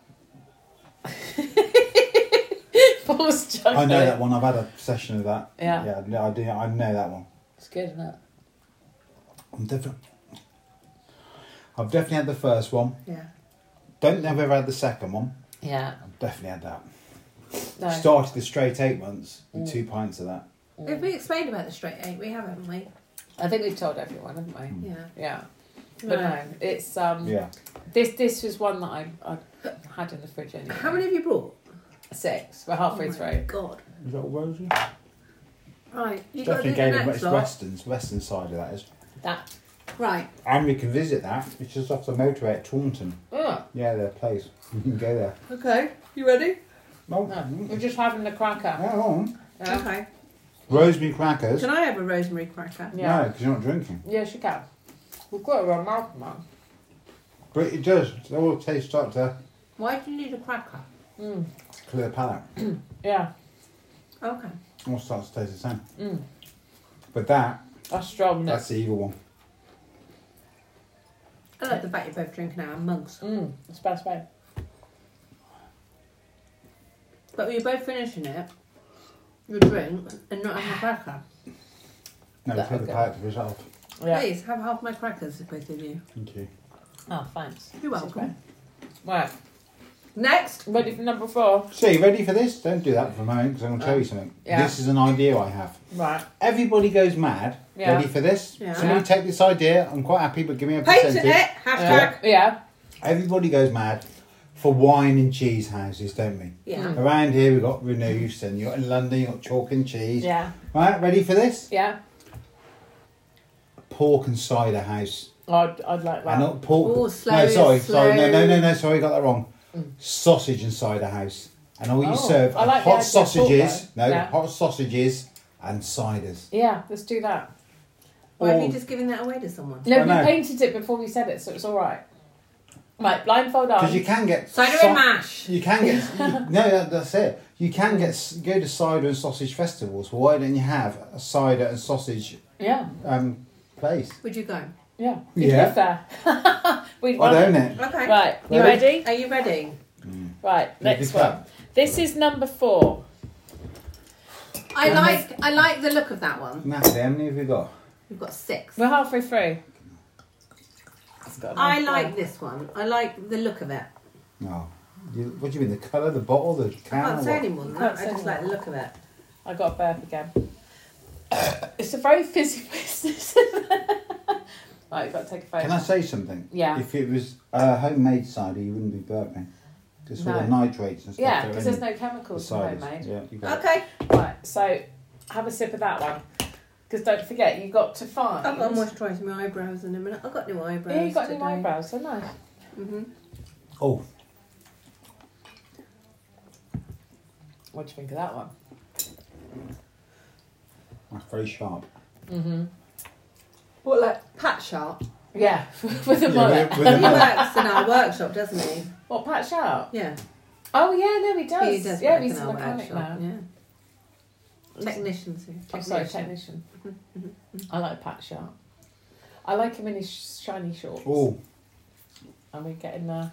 Speaker 1: Paul's juggling.
Speaker 3: I know that one. I've had a session of that.
Speaker 1: Yeah.
Speaker 3: Yeah, no, I do. I know that one.
Speaker 1: It's good, isn't it?
Speaker 3: I'm definitely. I've definitely had the first one.
Speaker 2: Yeah.
Speaker 3: Don't think I've ever had the second one.
Speaker 1: Yeah.
Speaker 3: I've definitely had that.
Speaker 1: No.
Speaker 3: Started the straight eight months
Speaker 2: Mm.
Speaker 3: with two pints of that.
Speaker 2: Have we explained about the straight eight? We have, haven't we?
Speaker 1: I think we've told everyone, haven't we?
Speaker 2: Yeah.
Speaker 1: Yeah. But no,
Speaker 2: Right.
Speaker 1: it's
Speaker 2: Mm.
Speaker 1: um
Speaker 3: Yeah.
Speaker 1: this this was one that I, I had in the fridge anyway.
Speaker 2: How many have you brought?
Speaker 1: Six. We're halfway
Speaker 2: oh my
Speaker 1: through.
Speaker 2: God.
Speaker 3: Is that Rosie?
Speaker 2: Right. You got to
Speaker 3: Definitely
Speaker 2: do the
Speaker 3: gave him.
Speaker 2: next
Speaker 3: It's
Speaker 2: lot.
Speaker 3: Weston's. Western side of that is.
Speaker 1: That.
Speaker 2: Right.
Speaker 3: And we can visit that. It's just off the motorway at Taunton.
Speaker 1: Oh,
Speaker 3: Yeah, their place. You can go there.
Speaker 2: Okay. You ready?
Speaker 3: No.
Speaker 1: no. We're just having the cracker.
Speaker 3: Hang on.
Speaker 1: Yeah.
Speaker 2: Okay.
Speaker 3: Rosemary crackers.
Speaker 2: Can I have a rosemary cracker?
Speaker 1: Yeah.
Speaker 3: No, because you're not drinking.
Speaker 1: Yes, you can. We've got our mouth man.
Speaker 3: But it does. They all taste start to
Speaker 2: Why do you need a cracker?
Speaker 1: Mm.
Speaker 3: clear palate.
Speaker 1: Yeah.
Speaker 2: Okay.
Speaker 3: All starts to taste the same.
Speaker 1: Mm.
Speaker 3: But that,
Speaker 1: That's strong.
Speaker 3: that's the evil one.
Speaker 2: I like the fact you're both drinking out of mugs.
Speaker 1: Mm. It's the best way.
Speaker 2: But you're both finishing it, your drink, and not having a cracker.
Speaker 3: No,
Speaker 1: That-
Speaker 3: clear the
Speaker 1: okay.
Speaker 3: palate to resolve.
Speaker 1: Yeah.
Speaker 2: Please have half my crackers, both of you.
Speaker 3: Thank you.
Speaker 1: Oh, thanks.
Speaker 2: You're
Speaker 1: This is
Speaker 2: welcome.
Speaker 1: great. Right.
Speaker 2: Next.
Speaker 1: Ready for number four?
Speaker 3: See, ready for this? Don't do that for a moment because I'm going to tell you something.
Speaker 1: Um, yeah.
Speaker 3: This is an idea I have.
Speaker 1: Right.
Speaker 3: Everybody goes mad.
Speaker 1: Yeah.
Speaker 3: Ready for this?
Speaker 2: Yeah.
Speaker 3: Somebody take this idea. I'm quite happy, but give me a
Speaker 2: Patent
Speaker 3: percentage.
Speaker 2: it.
Speaker 1: Yeah.
Speaker 2: Hashtag.
Speaker 1: yeah.
Speaker 3: Everybody goes mad for wine and cheese houses, don't we?
Speaker 2: Yeah.
Speaker 1: Mm.
Speaker 3: Around here we've got Renoose and you're in London, you've got Chalk and Cheese.
Speaker 1: Yeah.
Speaker 3: Right, ready for this?
Speaker 1: Yeah.
Speaker 3: Pork and cider house.
Speaker 1: I'd, I'd like that.
Speaker 3: And not pork.
Speaker 2: Oh,
Speaker 3: no,
Speaker 2: slow,
Speaker 3: sorry, sorry, no,
Speaker 2: slow.
Speaker 3: no, no, no, sorry, got that wrong. Sausage and cider house. And all you
Speaker 1: Mm. Oh,
Speaker 3: serve
Speaker 1: I
Speaker 3: are
Speaker 1: like the idea
Speaker 3: hot
Speaker 1: of pork,
Speaker 3: sausages.
Speaker 1: though.
Speaker 3: no,
Speaker 1: Yeah.
Speaker 3: hot sausages and ciders.
Speaker 1: Yeah, let's do that.
Speaker 2: Why are you
Speaker 3: Or-
Speaker 2: just giving that away to someone?
Speaker 1: No,
Speaker 3: I
Speaker 1: we
Speaker 3: know.
Speaker 1: painted it before we said it, so it's all right. Right, blindfold on.
Speaker 3: Because you can get
Speaker 2: Cider
Speaker 3: sau-
Speaker 2: and mash.
Speaker 3: You can get you- no, that, that's it. You can get s- go to cider and sausage festivals. Why don't you have a cider and sausage
Speaker 1: Yeah,
Speaker 3: um place?
Speaker 2: Would you go?
Speaker 1: yeah. You'd
Speaker 3: Yeah.
Speaker 1: live there. We'd
Speaker 3: I'd
Speaker 1: want
Speaker 3: own Oh, it.
Speaker 2: Okay.
Speaker 1: Right, you
Speaker 3: Ready?
Speaker 1: ready?
Speaker 2: Are you ready?
Speaker 1: Right,
Speaker 3: Give
Speaker 1: next
Speaker 3: it
Speaker 1: one.
Speaker 3: back.
Speaker 1: This is number four.
Speaker 2: I
Speaker 3: Yeah.
Speaker 2: like I like the look of that one.
Speaker 3: Natalie, how many have you got?
Speaker 2: We've got six.
Speaker 1: We're halfway through. It's got a
Speaker 2: I
Speaker 1: nice
Speaker 2: like
Speaker 1: colour.
Speaker 2: this one. I like the look of it.
Speaker 3: No. You, what do you mean? The colour, the bottle, the
Speaker 2: I
Speaker 3: can?
Speaker 2: can't
Speaker 3: or
Speaker 2: say
Speaker 3: what?
Speaker 2: any more than
Speaker 1: Can't
Speaker 2: that.
Speaker 1: say
Speaker 2: I just
Speaker 1: more.
Speaker 2: like the look of it.
Speaker 1: I got a burp again. it's a very fizzy business. right, we've got to take a photo.
Speaker 3: Can I say something?
Speaker 1: Yeah.
Speaker 3: If it was uh, homemade cider, you wouldn't be burping. Because all the
Speaker 1: No.
Speaker 3: nitrates and stuff.
Speaker 1: yeah,
Speaker 3: that are
Speaker 1: because
Speaker 3: in
Speaker 1: there's no
Speaker 3: the
Speaker 1: chemicals in
Speaker 3: ciders.
Speaker 1: homemade.
Speaker 3: Yeah, you got it.
Speaker 2: Okay.
Speaker 1: Right, so have a sip of that one. Because don't forget, you got to find.
Speaker 2: I've got to moisturise my eyebrows in a minute. I've got new eyebrows.
Speaker 1: yeah, you got
Speaker 2: today.
Speaker 1: new eyebrows, so nice.
Speaker 2: hmm
Speaker 3: Oh,
Speaker 1: What do you think of that one?
Speaker 3: that's very sharp.
Speaker 1: Mm-hmm.
Speaker 2: What like Pat Sharp?
Speaker 1: Yeah, with a
Speaker 3: Yeah,
Speaker 1: mullet.
Speaker 3: with- with a
Speaker 2: He
Speaker 3: mullet.
Speaker 2: works in our workshop, doesn't he?
Speaker 1: What, Pat Sharp?
Speaker 2: Yeah.
Speaker 1: Oh, yeah, no, he does.
Speaker 2: He does
Speaker 1: yeah,
Speaker 2: work
Speaker 1: he's
Speaker 2: in
Speaker 1: a
Speaker 2: our
Speaker 1: mechanic
Speaker 2: workshop.
Speaker 1: now.
Speaker 2: Yeah. Technicians.
Speaker 1: I'm Oh, sorry, technician.
Speaker 2: Mm-hmm,
Speaker 1: I like Pat Sharp. I like him in his shiny shorts.
Speaker 3: Oh,
Speaker 1: And we're getting there.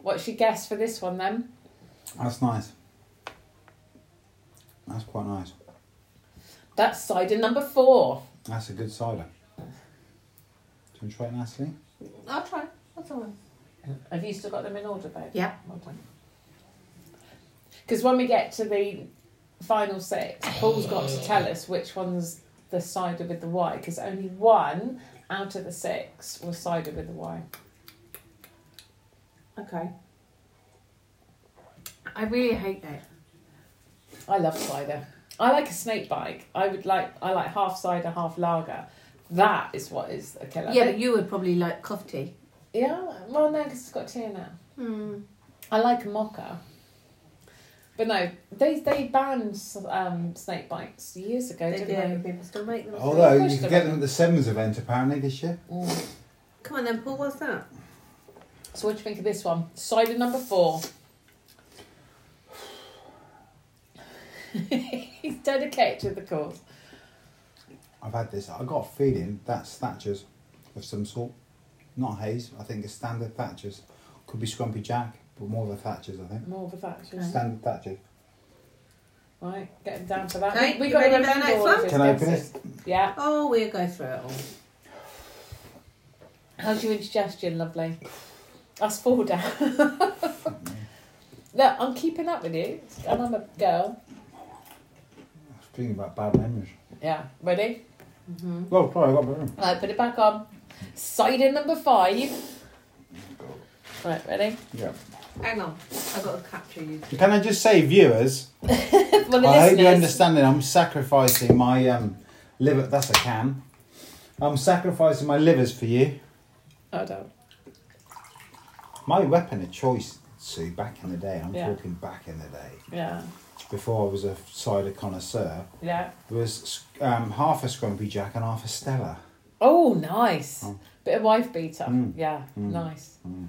Speaker 1: What's your guess for this one then?
Speaker 3: that's nice. That's quite nice.
Speaker 1: That's cider number four.
Speaker 3: That's a good cider. Do you want to try it, Natalie?
Speaker 2: I'll try. That's all.
Speaker 1: Have you still got them in order, babe?
Speaker 2: Yeah.
Speaker 1: Because when we get to the final six, Paul's got to tell us which one's the cider with the Y, because only one out of the six was cider with the Y.
Speaker 2: Okay. I really hate that.
Speaker 1: I love cider. I like a snake bite. I would like I like half cider, half lager. That is what is a killer.
Speaker 2: yeah, but you would probably like cough tea.
Speaker 1: yeah. Well, no, because it's got tea in it.
Speaker 2: Hmm.
Speaker 1: I like a mocha. But no, they they banned um, snake bites years ago,
Speaker 2: They do.
Speaker 1: didn't they?
Speaker 2: People still make them.
Speaker 3: Although
Speaker 1: course
Speaker 3: you can
Speaker 1: they
Speaker 3: get
Speaker 1: will.
Speaker 3: them at the Sevens event apparently this year.
Speaker 1: Mm.
Speaker 2: Come on then, Paul. What's that?
Speaker 1: So what do you think of this one? Cider number four. He's dedicated to the cause.
Speaker 3: I've had this. I got a feeling that's Thatcher's of some sort, not haze. I think it's standard Thatcher's. Could be Scrumpy Jack, but more of a Thatcher's. I think
Speaker 1: More of a faction.
Speaker 2: Okay.
Speaker 3: standard Thatcher's.
Speaker 1: Right, getting down to that.
Speaker 2: Okay,
Speaker 1: we
Speaker 2: you
Speaker 1: got
Speaker 2: ready
Speaker 1: to
Speaker 2: for the
Speaker 1: remember
Speaker 2: next
Speaker 1: all of
Speaker 2: one?
Speaker 1: his
Speaker 3: Can I open
Speaker 1: guesses. Yeah.
Speaker 2: Oh, we'll go through it all.
Speaker 1: How's your indigestion, lovely? That's four down. Look, I'm keeping up with you, and I'm a girl.
Speaker 3: Speaking about bad memories.
Speaker 1: Yeah, ready?
Speaker 2: Mm-hmm.
Speaker 3: Well, sorry, I got better.
Speaker 1: Right, put it back on. Cider number five. Right, ready?
Speaker 3: Yeah.
Speaker 2: Hang on. I've got to capture you.
Speaker 3: Can I just say, viewers?
Speaker 1: For the
Speaker 3: I hope you
Speaker 1: listeners.
Speaker 3: understand that I'm sacrificing my um liver. That's a can. I'm sacrificing my livers for you.
Speaker 1: I don't.
Speaker 3: My weapon of choice, Sue, back in the day. I'm
Speaker 1: Yeah.
Speaker 3: talking back in the day.
Speaker 1: Yeah,
Speaker 3: Before I was a cider connoisseur,
Speaker 1: yeah.
Speaker 3: was um, half a Scrumpy Jack and half a Stella.
Speaker 1: Oh, nice.
Speaker 3: Mm.
Speaker 1: Bit of wife beater.
Speaker 3: Mm.
Speaker 1: Yeah,
Speaker 3: Mm.
Speaker 1: nice.
Speaker 3: Mm.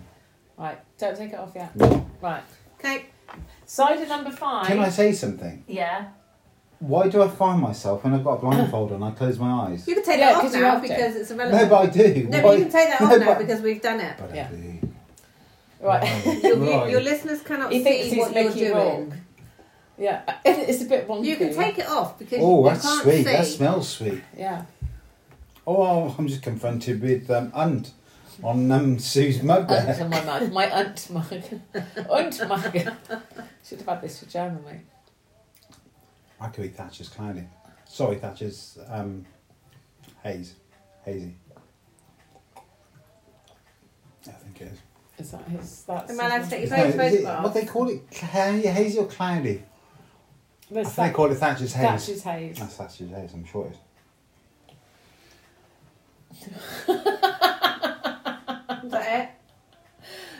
Speaker 1: Right, don't take it off yet.
Speaker 3: No.
Speaker 1: Right,
Speaker 2: Okay.
Speaker 1: cider number five.
Speaker 3: Can I say something?
Speaker 1: Yeah.
Speaker 3: Why do I find myself when I've got a blindfold on? I close my eyes?
Speaker 2: You can take
Speaker 1: Yeah,
Speaker 2: that off
Speaker 1: 'cause you
Speaker 2: now
Speaker 1: have to.
Speaker 2: because it's irrelevant.
Speaker 3: No, but I do.
Speaker 2: No,
Speaker 3: Why-
Speaker 2: but you can take that
Speaker 3: No,
Speaker 2: off now
Speaker 3: but-
Speaker 2: because we've done it.
Speaker 3: but I
Speaker 1: Yeah.
Speaker 3: do.
Speaker 1: Right.
Speaker 2: Your,
Speaker 3: Right.
Speaker 2: your listeners cannot
Speaker 1: He thinks
Speaker 2: see
Speaker 1: he's
Speaker 2: what you're
Speaker 1: Mickey
Speaker 2: doing.
Speaker 1: Rourke. Yeah, it's a bit wonky.
Speaker 2: You can take it off because
Speaker 3: Oh,
Speaker 2: you
Speaker 3: that's
Speaker 2: can't
Speaker 3: sweet.
Speaker 2: see.
Speaker 3: That smells sweet.
Speaker 1: Yeah.
Speaker 3: Oh, I'm just confronted with um, Unt on um, Sue's
Speaker 2: Oh,
Speaker 3: mug
Speaker 1: Unt
Speaker 3: there.
Speaker 1: on my mug. My unt mug. unt mug. Should have had this for German, mate.
Speaker 3: I could be Thatcher's cloudy. Sorry, Thatcher's um, haze. Hazy. I think it is.
Speaker 1: Is that his? That's
Speaker 2: Am I allowed to take
Speaker 1: his
Speaker 2: your
Speaker 3: No,
Speaker 2: photo?
Speaker 3: is it- what they call it? Cla- Hazy or cloudy? I
Speaker 1: That's
Speaker 3: think they call it Thatcher's haze.
Speaker 1: Thatcher's haze.
Speaker 3: That's Thatcher's haze, I'm sure it is.
Speaker 2: Is that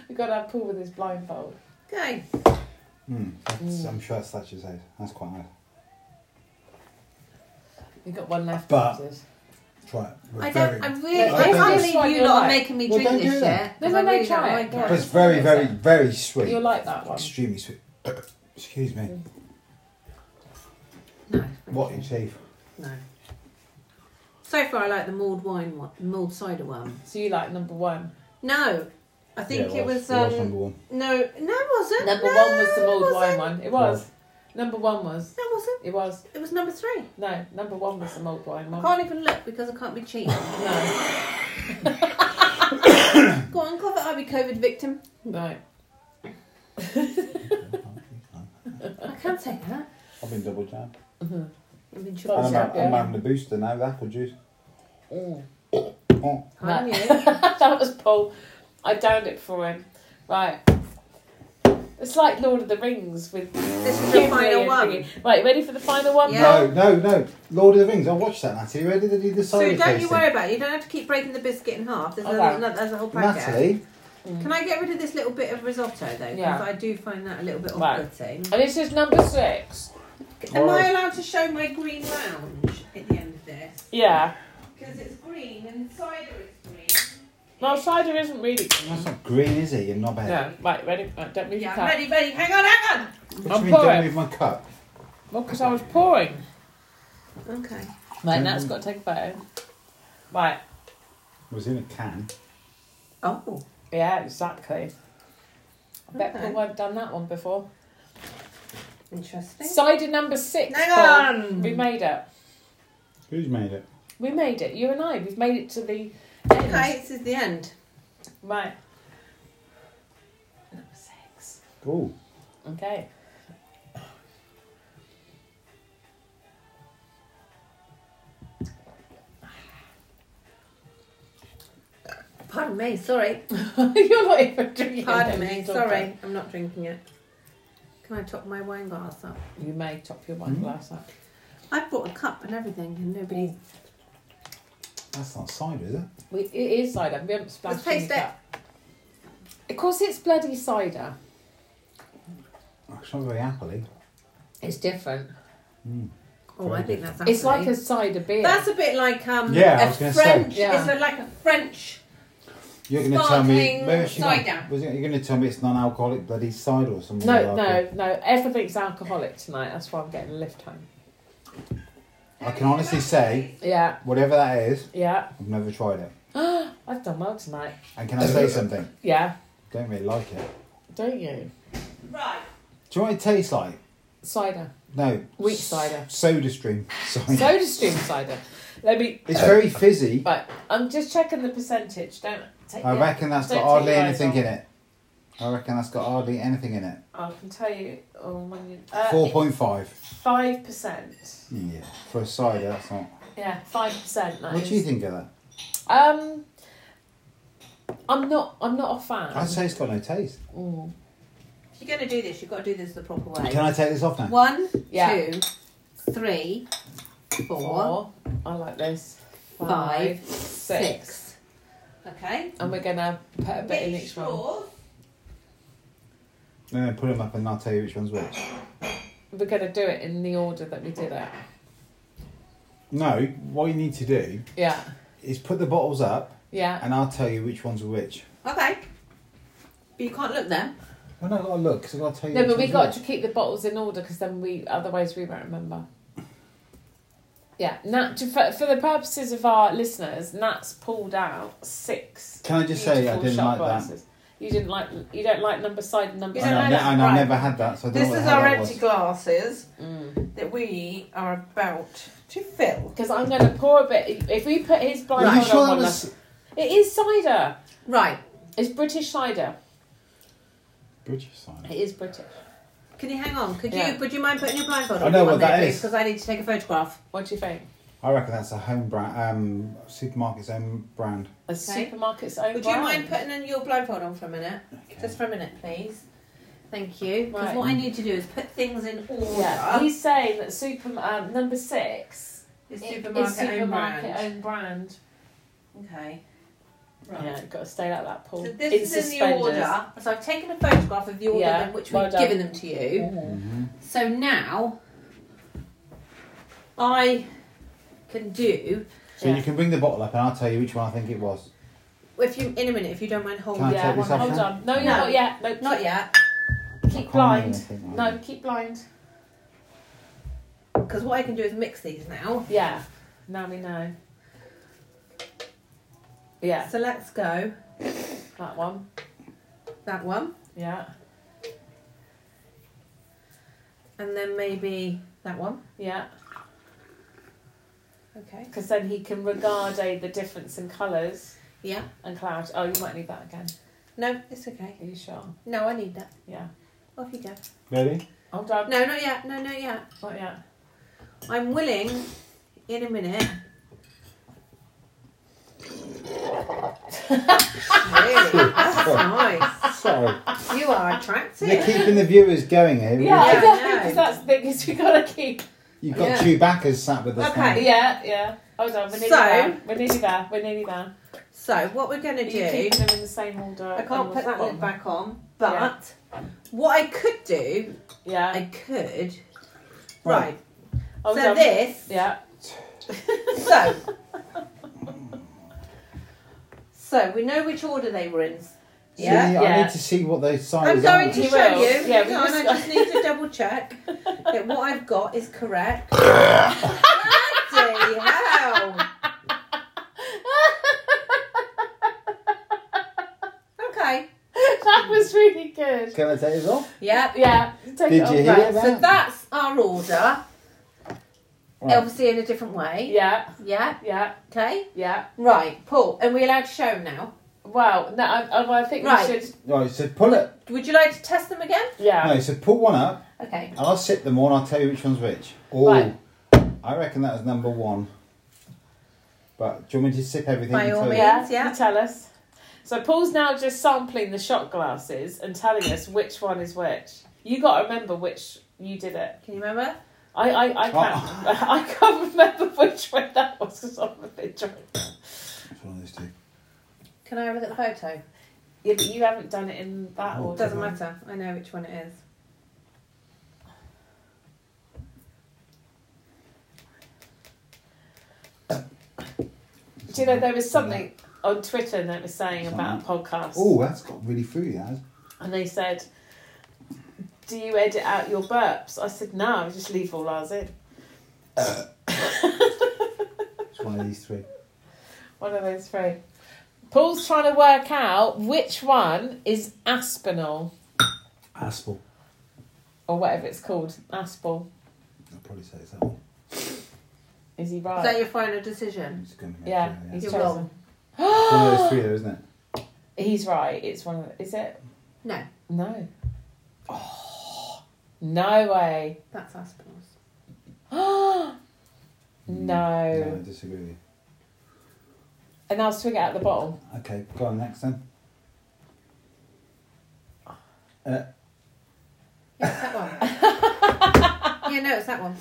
Speaker 1: We've got to have Paul with his blindfold.
Speaker 2: it? Okay.
Speaker 3: Mm, that's,
Speaker 1: Mm.
Speaker 3: I'm sure that's Thatcher's haze. That's quite nice.
Speaker 1: We've got one left.
Speaker 3: But-
Speaker 1: Richard.
Speaker 3: Try it. We're
Speaker 2: I
Speaker 3: very-
Speaker 2: don't. I really.
Speaker 3: No,
Speaker 2: I
Speaker 3: don't-
Speaker 2: can't
Speaker 1: That's why
Speaker 2: believe you
Speaker 1: you're
Speaker 2: lot are
Speaker 1: like-
Speaker 2: making me
Speaker 3: Well,
Speaker 2: drink
Speaker 3: don't do
Speaker 2: this
Speaker 3: that.
Speaker 2: shit.
Speaker 1: No,
Speaker 2: 'cause
Speaker 1: no,
Speaker 2: I
Speaker 1: no,
Speaker 2: really
Speaker 1: try
Speaker 2: don't
Speaker 1: it.
Speaker 2: like
Speaker 3: But
Speaker 2: it.
Speaker 3: it's very, very, very sweet.
Speaker 1: you like that one.
Speaker 3: Extremely sweet. Excuse me.
Speaker 2: No.
Speaker 3: What in teeth?
Speaker 2: No. So far, I like the mulled wine, one, mulled cider one.
Speaker 1: So you like number one.
Speaker 2: No, I think
Speaker 3: Yeah,
Speaker 2: it was.
Speaker 3: it was
Speaker 2: um,
Speaker 3: number one.
Speaker 2: no, no, it wasn't.
Speaker 1: Number
Speaker 2: No,
Speaker 1: one was the
Speaker 2: it
Speaker 1: mulled wine
Speaker 2: wasn't.
Speaker 1: one. It was. Number one was.
Speaker 2: No, it wasn't.
Speaker 1: It was.
Speaker 2: It was number three.
Speaker 1: No, number one was the mulled wine
Speaker 2: I
Speaker 1: one.
Speaker 2: can't even look because I can't be cheating.
Speaker 1: No,
Speaker 2: Go on, cover. I'll be COVID victim.
Speaker 1: no.
Speaker 2: I can't say that.
Speaker 3: I've been double jabbed.
Speaker 2: I've been
Speaker 1: Oh,
Speaker 3: And
Speaker 2: triple
Speaker 3: I'm,
Speaker 1: yeah,
Speaker 3: out- I'm
Speaker 1: yeah.
Speaker 3: having the booster now, the apple juice.
Speaker 1: Mm.
Speaker 3: Oh,
Speaker 2: I knew.
Speaker 1: that was Paul. I downed it for him. Right. It's like Lord of the Rings with
Speaker 2: This is the
Speaker 1: Gimli
Speaker 2: final
Speaker 1: and
Speaker 2: one.
Speaker 1: thingy. Right, ready for the final one?
Speaker 2: Yeah.
Speaker 1: Paul?
Speaker 3: No, no, no. Lord of the Rings. I watched that, Natalie. Where did they do the
Speaker 2: So
Speaker 3: cider
Speaker 2: don't you
Speaker 3: tasting?
Speaker 2: worry about it. You don't have to keep breaking the biscuit in half. There's,
Speaker 1: Okay.
Speaker 2: a, another, there's a whole packet.
Speaker 3: Natalie,
Speaker 2: Can I get rid of this little bit of risotto though? Because
Speaker 1: Yeah.
Speaker 2: I do find that a little bit
Speaker 1: Right.
Speaker 2: off-putting.
Speaker 1: And this is number six.
Speaker 2: Am I
Speaker 3: Alright.
Speaker 2: allowed to show my green lounge at the end of this?
Speaker 1: Yeah.
Speaker 2: Because it's green and cider is
Speaker 1: Well, cider isn't really.
Speaker 3: that's not green, is it? You knobhead.
Speaker 1: No. Right, ready? Right, don't move
Speaker 2: green. Yeah,
Speaker 1: your
Speaker 2: I'm
Speaker 1: cup.
Speaker 2: ready, ready. Hang on, hang on.
Speaker 3: What do
Speaker 1: I'll
Speaker 3: you mean?
Speaker 1: pour
Speaker 3: Don't
Speaker 1: it.
Speaker 3: move my cup.
Speaker 1: Well, because I was pouring.
Speaker 2: Okay.
Speaker 1: Right,
Speaker 3: Don't
Speaker 1: now it's
Speaker 3: know.
Speaker 1: got to take a photo. Right.
Speaker 3: It was in a can.
Speaker 2: Oh.
Speaker 1: Yeah, exactly. I bet
Speaker 2: Okay.
Speaker 1: Paul won't done that one before.
Speaker 2: Interesting.
Speaker 1: Cider number six.
Speaker 2: Hang
Speaker 1: Paul.
Speaker 2: on.
Speaker 1: We made it.
Speaker 3: Who's made it?
Speaker 1: We made it. You and I. We've made it to the end.
Speaker 2: Okay, this is the end.
Speaker 1: Right. Number six.
Speaker 3: Oh,
Speaker 1: Okay.
Speaker 2: Pardon me, sorry.
Speaker 1: You're not even drinking.
Speaker 2: Pardon
Speaker 1: it.
Speaker 2: me,
Speaker 1: It's all
Speaker 2: sorry.
Speaker 1: right.
Speaker 2: I'm not drinking it. Can I top my wine glass up?
Speaker 1: You may top your wine
Speaker 3: Mm.
Speaker 1: glass up.
Speaker 2: I bought a cup and everything, and nobody.
Speaker 3: that's not cider, is it?
Speaker 1: We, it is cider. We haven't splashed
Speaker 2: Let's
Speaker 1: in
Speaker 2: taste
Speaker 1: the cup. Of course, it's bloody cider.
Speaker 3: Oh, It's not very appley.
Speaker 1: It's different.
Speaker 3: Mm.
Speaker 2: Oh, I think that's.
Speaker 1: It's like
Speaker 2: actually-
Speaker 1: a cider beer.
Speaker 2: That's a bit like um.
Speaker 3: Yeah, I
Speaker 2: a
Speaker 3: was gonna say.
Speaker 2: French.
Speaker 1: Yeah.
Speaker 2: It's a, like a French.
Speaker 3: You're going to tell me.
Speaker 2: Sparkling
Speaker 3: where is she gone?
Speaker 2: cider.
Speaker 3: Was it, you're going to tell me it's non-alcoholic bloody cider or something?
Speaker 1: no,
Speaker 3: like that?
Speaker 1: no, no. Everything's alcoholic tonight. That's why I'm getting a lift home.
Speaker 3: I can honestly say,
Speaker 1: Yeah,
Speaker 3: whatever that is,
Speaker 1: yeah.
Speaker 3: I've never tried it.
Speaker 1: I've done well tonight.
Speaker 3: And can I say something?
Speaker 1: Yeah,
Speaker 3: Don't really like it.
Speaker 1: don't you?
Speaker 2: Right.
Speaker 3: Do you know what it tastes like?
Speaker 1: Cider.
Speaker 3: No.
Speaker 1: Weak
Speaker 3: S-
Speaker 1: cider.
Speaker 3: Soda stream. Sorry.
Speaker 1: Soda stream cider. Let me.
Speaker 3: it's very fizzy.
Speaker 1: Right, I'm just checking the percentage. Don't take.
Speaker 3: I
Speaker 1: your-
Speaker 3: reckon that's
Speaker 1: Don't
Speaker 3: got
Speaker 1: take
Speaker 3: hardly
Speaker 1: your eyes
Speaker 3: anything
Speaker 1: off.
Speaker 3: in it. I reckon that's got hardly anything in it.
Speaker 1: I can tell you. Oh, when you-
Speaker 3: Four
Speaker 1: uh,
Speaker 3: point five.
Speaker 1: Five percent.
Speaker 3: Yeah. For a cider, that's not.
Speaker 1: Yeah, five percent.
Speaker 3: What do you think of that?
Speaker 1: Um, I'm not. I'm not a fan.
Speaker 3: I'd say it's got no taste.
Speaker 1: Mm.
Speaker 2: If you're going to do this, you've got to do this the proper way.
Speaker 3: Can I take this off now?
Speaker 2: One,
Speaker 1: Yeah.
Speaker 2: two, three, four,
Speaker 1: Four. I like this.
Speaker 2: Five,
Speaker 1: six.
Speaker 2: six. Okay.
Speaker 1: And we're gonna put a bit in
Speaker 2: Which
Speaker 1: each one.
Speaker 2: straws?
Speaker 3: And then put them up and I'll tell you which one's which.
Speaker 1: We're gonna do it in the order that we did it.
Speaker 3: No, what you need to do
Speaker 1: Yeah.
Speaker 3: is put the bottles up
Speaker 1: Yeah.
Speaker 3: and I'll tell you which one's which.
Speaker 2: Okay. But you can't look them.
Speaker 3: Well, no, I've got to look because I've got to tell you
Speaker 1: No,
Speaker 3: which
Speaker 1: but we
Speaker 3: one's
Speaker 1: got
Speaker 3: which.
Speaker 1: to keep the bottles in order because then we otherwise we won't remember. Yeah, Nat. to- For, for the purposes of our listeners, Nat's pulled out six.
Speaker 3: Can I just say I
Speaker 1: beautiful
Speaker 3: didn't
Speaker 1: shot
Speaker 3: like that?
Speaker 1: glasses. You didn't like. You don't like number side and number.
Speaker 2: You
Speaker 3: I
Speaker 2: don't
Speaker 3: know,
Speaker 2: like
Speaker 1: side.
Speaker 2: that?
Speaker 3: I've ne- I know, I've
Speaker 2: Right.
Speaker 3: never had that, so I don't
Speaker 2: This
Speaker 3: know what
Speaker 2: is
Speaker 3: the hell
Speaker 2: our
Speaker 3: that
Speaker 2: empty
Speaker 3: was.
Speaker 2: glasses
Speaker 1: Mm.
Speaker 2: that we are about to fill.
Speaker 1: Because I'm going to pour a bit. If we put his blind
Speaker 3: Are you
Speaker 1: on
Speaker 3: sure
Speaker 1: one
Speaker 3: that
Speaker 1: last-
Speaker 3: was
Speaker 1: It is cider.
Speaker 2: Right.
Speaker 1: It's British cider.
Speaker 3: British cider?
Speaker 1: It is British.
Speaker 2: Can you hang on? Could
Speaker 1: Yeah.
Speaker 2: you would you mind putting your blindfold
Speaker 3: I
Speaker 2: on
Speaker 3: know
Speaker 2: for
Speaker 3: what
Speaker 2: one minute,
Speaker 3: that
Speaker 2: please?
Speaker 3: is.
Speaker 2: Because I need to take a photograph.
Speaker 1: What do you think?
Speaker 3: I reckon that's a home brand, um, supermarket's own brand.
Speaker 1: A supermarket's own
Speaker 2: Would you
Speaker 1: brand.
Speaker 2: mind putting in your blindfold on for a minute?
Speaker 3: Okay.
Speaker 2: Just for a minute, please. Thank you. Because
Speaker 1: Right.
Speaker 2: what I need to do is put things in order.
Speaker 1: Yeah, he's saying that super um, number six
Speaker 2: It's
Speaker 1: i-
Speaker 2: supermarket,
Speaker 1: is supermarket
Speaker 2: own brand.
Speaker 1: own brand.
Speaker 2: Okay. Right.
Speaker 1: Yeah, got to stay like that, Paul.
Speaker 2: So this
Speaker 1: In
Speaker 2: is in
Speaker 1: suspenders.
Speaker 2: the order. So I've taken a photograph of the order
Speaker 1: Yeah,
Speaker 2: in which
Speaker 1: well
Speaker 2: we've
Speaker 1: done.
Speaker 2: given them to you. Mm-hmm. So now I can do
Speaker 3: So you can bring the bottle up and I'll tell you which one I think it was.
Speaker 2: if you in a minute if you don't mind holding.
Speaker 3: Can I
Speaker 1: Yeah,
Speaker 3: take this off
Speaker 1: hold
Speaker 3: now?
Speaker 1: on. No, you're
Speaker 2: No.
Speaker 1: not yet. No,
Speaker 2: Not
Speaker 1: keep-
Speaker 2: yet,
Speaker 1: Keep
Speaker 3: I can't even
Speaker 1: blind.
Speaker 3: think now.
Speaker 1: No, keep blind.
Speaker 2: because what I can do is mix these now.
Speaker 1: Yeah, now we know. Yeah,
Speaker 2: So let's go
Speaker 1: that one.
Speaker 2: that one,
Speaker 1: Yeah,
Speaker 2: and then maybe that one.
Speaker 1: yeah.
Speaker 2: Okay.
Speaker 1: Because then he can regarde the difference in colours
Speaker 2: Yeah.
Speaker 1: and clouds. Oh, you might need that again.
Speaker 2: No, it's okay.
Speaker 1: Are you sure?
Speaker 2: No, I need that.
Speaker 1: Yeah.
Speaker 2: Off you go.
Speaker 3: Ready?
Speaker 1: Hold on.
Speaker 2: No, not yet. No, not yet.
Speaker 1: Not yet.
Speaker 2: I'm willing in a minute. really? That's nice.
Speaker 3: Sorry.
Speaker 2: You are attractive.
Speaker 3: You're keeping the viewers going
Speaker 1: Yeah,
Speaker 3: here.
Speaker 2: Yeah,
Speaker 1: I don't
Speaker 2: no.
Speaker 1: because that's the thing is we gotta keep.
Speaker 3: You've got
Speaker 2: Yeah.
Speaker 3: Chewbacca sat with us
Speaker 2: Okay.
Speaker 1: Yeah, yeah. Hold on. We're nearly
Speaker 2: So-
Speaker 1: there. We're nearly there. We're nearly there.
Speaker 2: So what we're going
Speaker 1: Are
Speaker 2: to
Speaker 1: you
Speaker 2: do,
Speaker 1: keeping them in the same order?
Speaker 2: I
Speaker 1: on
Speaker 2: can't
Speaker 1: the
Speaker 2: put that
Speaker 1: bottom?
Speaker 2: lid back on, but what I could do, I
Speaker 1: Yeah.
Speaker 2: could.
Speaker 3: Right.
Speaker 2: Right.
Speaker 1: Hold
Speaker 2: so
Speaker 1: on.
Speaker 2: this.
Speaker 1: Yeah.
Speaker 2: So. so we know which order they were in.
Speaker 3: See,
Speaker 2: Yeah.
Speaker 1: Yeah.
Speaker 3: I need to see what those
Speaker 2: I'm
Speaker 3: signs are.
Speaker 2: going to
Speaker 1: You
Speaker 2: show
Speaker 1: will.
Speaker 2: you.
Speaker 1: Yeah, we
Speaker 2: Hang on,
Speaker 1: just-
Speaker 2: I just need to double check that what I've got is correct.
Speaker 1: Good.
Speaker 3: Can I take this off?
Speaker 2: Yep.
Speaker 1: Yeah. Take
Speaker 3: Did
Speaker 1: it off
Speaker 3: you hear
Speaker 1: back.
Speaker 3: that?
Speaker 2: So that's our order,
Speaker 3: Right.
Speaker 2: obviously in a different way.
Speaker 1: Yeah.
Speaker 2: Yeah.
Speaker 1: Yeah.
Speaker 2: Okay.
Speaker 1: Yeah.
Speaker 2: Right, Paul. And we allowed to show now.
Speaker 1: Well, no, I, I, I think
Speaker 2: Right.
Speaker 1: we should.
Speaker 3: Right, so pull it.
Speaker 2: Would you like to test them again?
Speaker 1: Yeah.
Speaker 3: No, so pull one up.
Speaker 2: Okay.
Speaker 3: I'll sit them all and I'll tell you which one's which. Oh,
Speaker 1: Right.
Speaker 3: I reckon that was number one. But do you want me to sip everything?
Speaker 2: By all
Speaker 3: until
Speaker 2: means.
Speaker 1: Yeah,
Speaker 2: Yeah.
Speaker 1: you tell us. So Paul's now just sampling the shot glasses and telling us which one is which. You got to remember which you did it.
Speaker 2: Can you remember?
Speaker 1: I I, I can't I can't remember which one that was because I'm a bit drunk.
Speaker 3: Which one of those two?
Speaker 2: Can I have a little photo?
Speaker 1: Yeah, but you haven't done it in that
Speaker 3: Oh,
Speaker 1: order.
Speaker 2: Doesn't matter. I know which one it is.
Speaker 1: Do you know there was something on Twitter that was saying about podcasts,
Speaker 3: Oh, that's got really fruity. That.
Speaker 1: and they said, "Do you edit out your burps?" I said, "No, I just leave all ours in."
Speaker 3: It's one of these three.
Speaker 1: One of those three. Paul's trying to work out which one is Aspinall
Speaker 3: Aspel.
Speaker 1: or whatever it's called. Aspel.
Speaker 3: I'll probably say it's that one.
Speaker 1: Is he
Speaker 2: Is that
Speaker 1: right?
Speaker 2: your final decision?
Speaker 3: It's going to make
Speaker 1: Yeah,
Speaker 3: sure,
Speaker 1: he's
Speaker 2: You're
Speaker 1: chosen.
Speaker 2: wrong.
Speaker 3: It's one of those three, though, isn't it?
Speaker 1: He's right. It's one of. The, is it?
Speaker 2: No,
Speaker 1: No. Oh, no way.
Speaker 2: that's Aspinall's.
Speaker 1: no.
Speaker 3: No, I disagree with you.
Speaker 1: And I'll swig it out the bottle.
Speaker 3: Okay, go on next then. Uh,
Speaker 2: Yeah, it's that one. yeah, no, it's that one.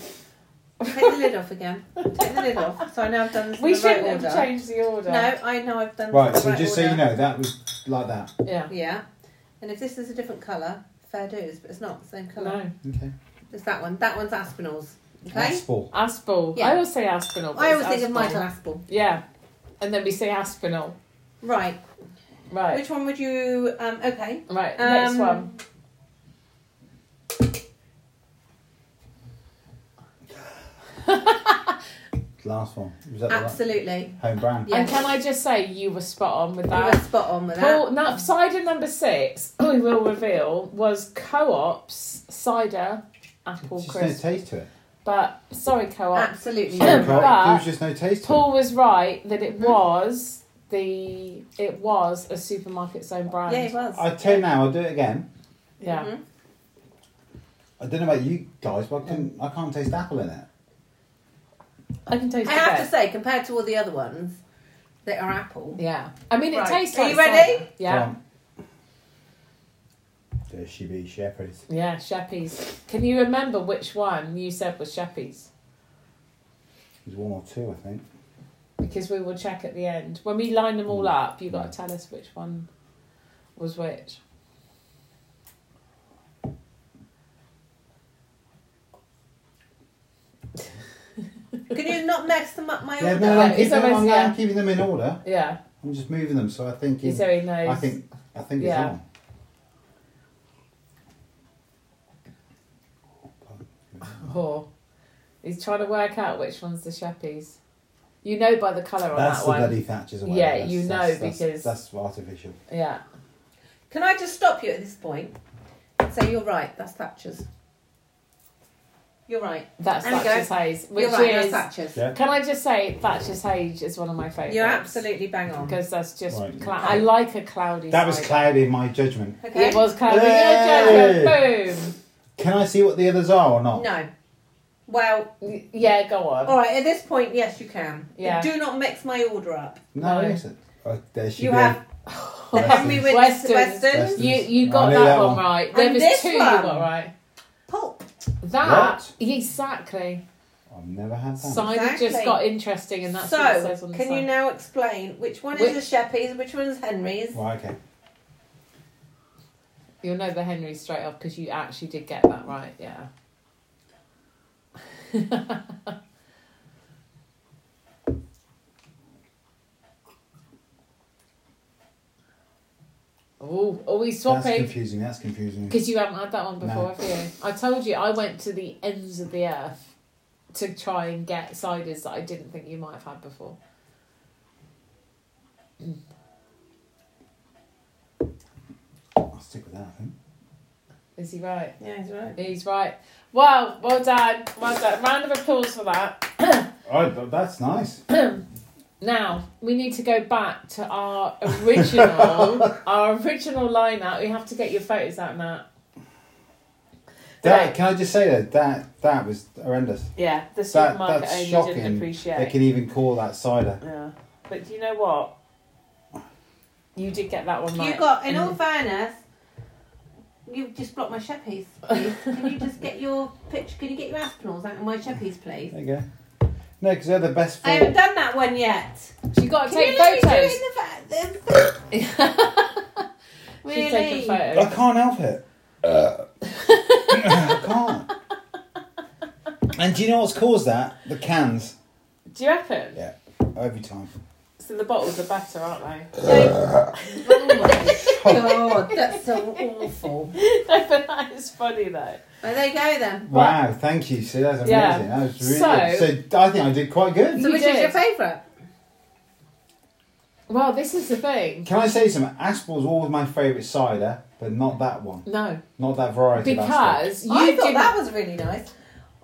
Speaker 2: Take the lid off again. Take the lid off. So I know I've done this in
Speaker 1: We
Speaker 2: the right
Speaker 1: shouldn't have
Speaker 2: order.
Speaker 1: changed the order.
Speaker 2: No, I know I've done
Speaker 3: right,
Speaker 2: this in
Speaker 3: so
Speaker 2: the
Speaker 3: just so
Speaker 2: order.
Speaker 3: you know, that was like that.
Speaker 1: Yeah.
Speaker 2: Yeah. And if this is a different colour, fair dues, but it's not the same colour.
Speaker 1: No.
Speaker 3: Okay.
Speaker 2: It's that one. That one's Aspinall's. Okay?
Speaker 3: Aspel.
Speaker 1: Aspel.
Speaker 2: Yeah.
Speaker 1: I always say Aspinall. but
Speaker 2: I
Speaker 1: it's
Speaker 2: always think of
Speaker 1: Aspel.
Speaker 2: Michael Aspel.
Speaker 1: Yeah. And then we say Aspinall.
Speaker 2: Right.
Speaker 1: Right.
Speaker 2: Which one would you. Um, okay.
Speaker 1: Right.
Speaker 2: Um,
Speaker 1: next one.
Speaker 3: Last one. Was that
Speaker 2: Absolutely.
Speaker 3: the right? Home brand.
Speaker 2: Yeah.
Speaker 1: And can I just say you were spot on with
Speaker 2: You were
Speaker 1: that.
Speaker 2: spot on with that.
Speaker 1: Well, now, cider number six, we will reveal, was Co op's cider apple
Speaker 3: There's just
Speaker 1: crisp.
Speaker 3: no taste to it.
Speaker 1: But sorry, Co
Speaker 2: Ah.
Speaker 1: op.
Speaker 2: Absolutely.
Speaker 3: Sorry,
Speaker 1: But-
Speaker 3: Carl, there was just no taste to it.
Speaker 1: Paul was right that it
Speaker 2: Mhm.
Speaker 1: was the it was a supermarket's own brand.
Speaker 2: Yeah, it was.
Speaker 3: I tell you now, I'll do it again.
Speaker 1: Yeah.
Speaker 2: Mhm.
Speaker 3: I don't know about you guys, but I, can, I can't taste apple in it.
Speaker 1: I can taste
Speaker 2: I
Speaker 1: it.
Speaker 2: have to say, compared to all the other ones that are apple,
Speaker 1: Yeah. I mean, it
Speaker 2: Right.
Speaker 1: tastes
Speaker 2: Are
Speaker 1: like
Speaker 2: you ready?
Speaker 1: cider. Yeah.
Speaker 3: From- There she be, shepherds.
Speaker 1: Yeah, Sheppy's. Can you remember which one you said was Sheppy's?
Speaker 3: There's one or two, I think.
Speaker 1: Because we will check at the end. When we line them
Speaker 3: Mm.
Speaker 1: all up, you got to tell us which one was which.
Speaker 2: can you not mess them up my
Speaker 3: Yeah,
Speaker 2: order?
Speaker 3: no, I'm,
Speaker 1: it's
Speaker 3: keeping them,
Speaker 1: always-
Speaker 3: I'm,
Speaker 1: yeah.
Speaker 3: I'm keeping them in order.
Speaker 1: Yeah.
Speaker 3: I'm just moving them, so I think. in-
Speaker 1: So he knows.
Speaker 3: I think. I think
Speaker 1: Yeah.
Speaker 3: it's on.
Speaker 1: Oh. He's trying to work out which one's the Sheppy's. You know by the colour on
Speaker 3: That's
Speaker 1: that
Speaker 3: the
Speaker 1: one.
Speaker 3: bloody Thatcher's away.
Speaker 1: Yeah,
Speaker 3: That's-
Speaker 1: you know,
Speaker 3: that's- that's-
Speaker 1: because-
Speaker 3: that's artificial.
Speaker 1: Yeah.
Speaker 2: Can I just stop you at this point and say you're right? That's Thatcher's. You're right.
Speaker 1: That's
Speaker 2: There we go.
Speaker 1: Thatcher's Haze. Which
Speaker 2: you're right.
Speaker 1: is.
Speaker 2: that's Thatcher's.
Speaker 3: Yeah.
Speaker 1: Can I just say Thatcher's Haze is one of my favourites?
Speaker 2: You're absolutely bang on.
Speaker 1: Because that's just.
Speaker 3: Right.
Speaker 1: Cla- I like a cloudy
Speaker 3: That was
Speaker 1: cider.
Speaker 3: cloudy in my judgment.
Speaker 2: Okay.
Speaker 1: It was cloudy.
Speaker 3: Yay!
Speaker 1: Yeah, Jacob, Boom.
Speaker 3: Can I see what the others are or not?
Speaker 2: No. Well,
Speaker 1: Y- Yeah, go on.
Speaker 2: all right. At this point, yes, you can.
Speaker 1: Yeah.
Speaker 2: Do not mix my order up.
Speaker 3: No,
Speaker 1: No.
Speaker 3: it isn't. Oh, there she
Speaker 2: You
Speaker 3: be.
Speaker 2: have the
Speaker 3: Western.
Speaker 2: Oh. Henry Witness
Speaker 1: Western.
Speaker 2: Western
Speaker 3: Western.
Speaker 1: You you got
Speaker 3: I
Speaker 1: that,
Speaker 3: knew that
Speaker 1: one,
Speaker 3: one.
Speaker 1: right. There
Speaker 2: And
Speaker 1: was
Speaker 2: this
Speaker 1: two you
Speaker 2: one.
Speaker 1: got right.
Speaker 2: pulp.
Speaker 1: That
Speaker 3: What? Oh.
Speaker 1: exactly.
Speaker 3: I've never had that.
Speaker 1: Cider just
Speaker 2: Exactly.
Speaker 1: got interesting, and that's what it says
Speaker 2: So,
Speaker 1: on the
Speaker 2: can you
Speaker 1: side.
Speaker 2: now explain which one
Speaker 1: Which-
Speaker 2: is a Sheppy's, which one is Henry's?
Speaker 3: Right, okay.
Speaker 1: You'll know the Henry straight off because you actually did get that right. Yeah. oh, are we
Speaker 3: That's
Speaker 1: swapping?
Speaker 3: confusing. That's confusing.
Speaker 1: Because you haven't had that one before,
Speaker 3: No.
Speaker 1: have you? I told you I went to the ends of the earth to try and get ciders that I didn't think you might have had before.
Speaker 3: I'll stick with that, I think.
Speaker 1: Is he right?
Speaker 2: Yeah, he's right.
Speaker 1: He's right. Well, well done. Well done. Round of applause for that.
Speaker 3: Oh, th- that's nice.
Speaker 1: Now, we need to go back to our original our original lineup. We have to get your photos out, Matt.
Speaker 3: That
Speaker 1: Right.
Speaker 3: can I just say that that that was horrendous.
Speaker 1: Yeah, the
Speaker 3: That-
Speaker 1: supermarket
Speaker 3: that's
Speaker 1: owner
Speaker 3: shocking.
Speaker 1: didn't appreciate
Speaker 3: They can even call that cider.
Speaker 1: Yeah. But do you know what? You did get that one right.
Speaker 2: You got, in all
Speaker 3: Mm.
Speaker 1: And-
Speaker 2: fairness, you've just blocked my sheppies. please. Can you just get your picture? Can you get your aspinalls out of my sheppies, please?
Speaker 3: There you go. No, because they're the best
Speaker 2: I haven't
Speaker 3: four.
Speaker 2: done that one yet.
Speaker 1: She got to
Speaker 2: Can
Speaker 1: take
Speaker 2: you let me do
Speaker 1: photos.
Speaker 2: it in the fa- the-
Speaker 1: She's taking
Speaker 2: Really?
Speaker 3: I
Speaker 1: photos.
Speaker 3: can't help it. I can't. And do you know what's caused that? The cans.
Speaker 1: Do you reckon?
Speaker 3: Yeah, every time.
Speaker 1: So the bottles are better, aren't they?
Speaker 2: Oh my god, that's so awful.
Speaker 1: no, but that is funny though.
Speaker 2: Well, there you go then.
Speaker 3: Wow, thank you. See, that's amazing.
Speaker 1: Yeah.
Speaker 3: That was really
Speaker 1: So-
Speaker 3: good. So I think I did quite good.
Speaker 2: So
Speaker 1: You
Speaker 2: which
Speaker 1: did.
Speaker 2: is your favourite?
Speaker 1: Well, this is the thing.
Speaker 3: Can I say something? Aspel's always my favourite cider, but not that one.
Speaker 1: No,
Speaker 3: Not that variety of Aspel.
Speaker 1: because you
Speaker 2: I thought
Speaker 1: didn't.
Speaker 2: that was really nice.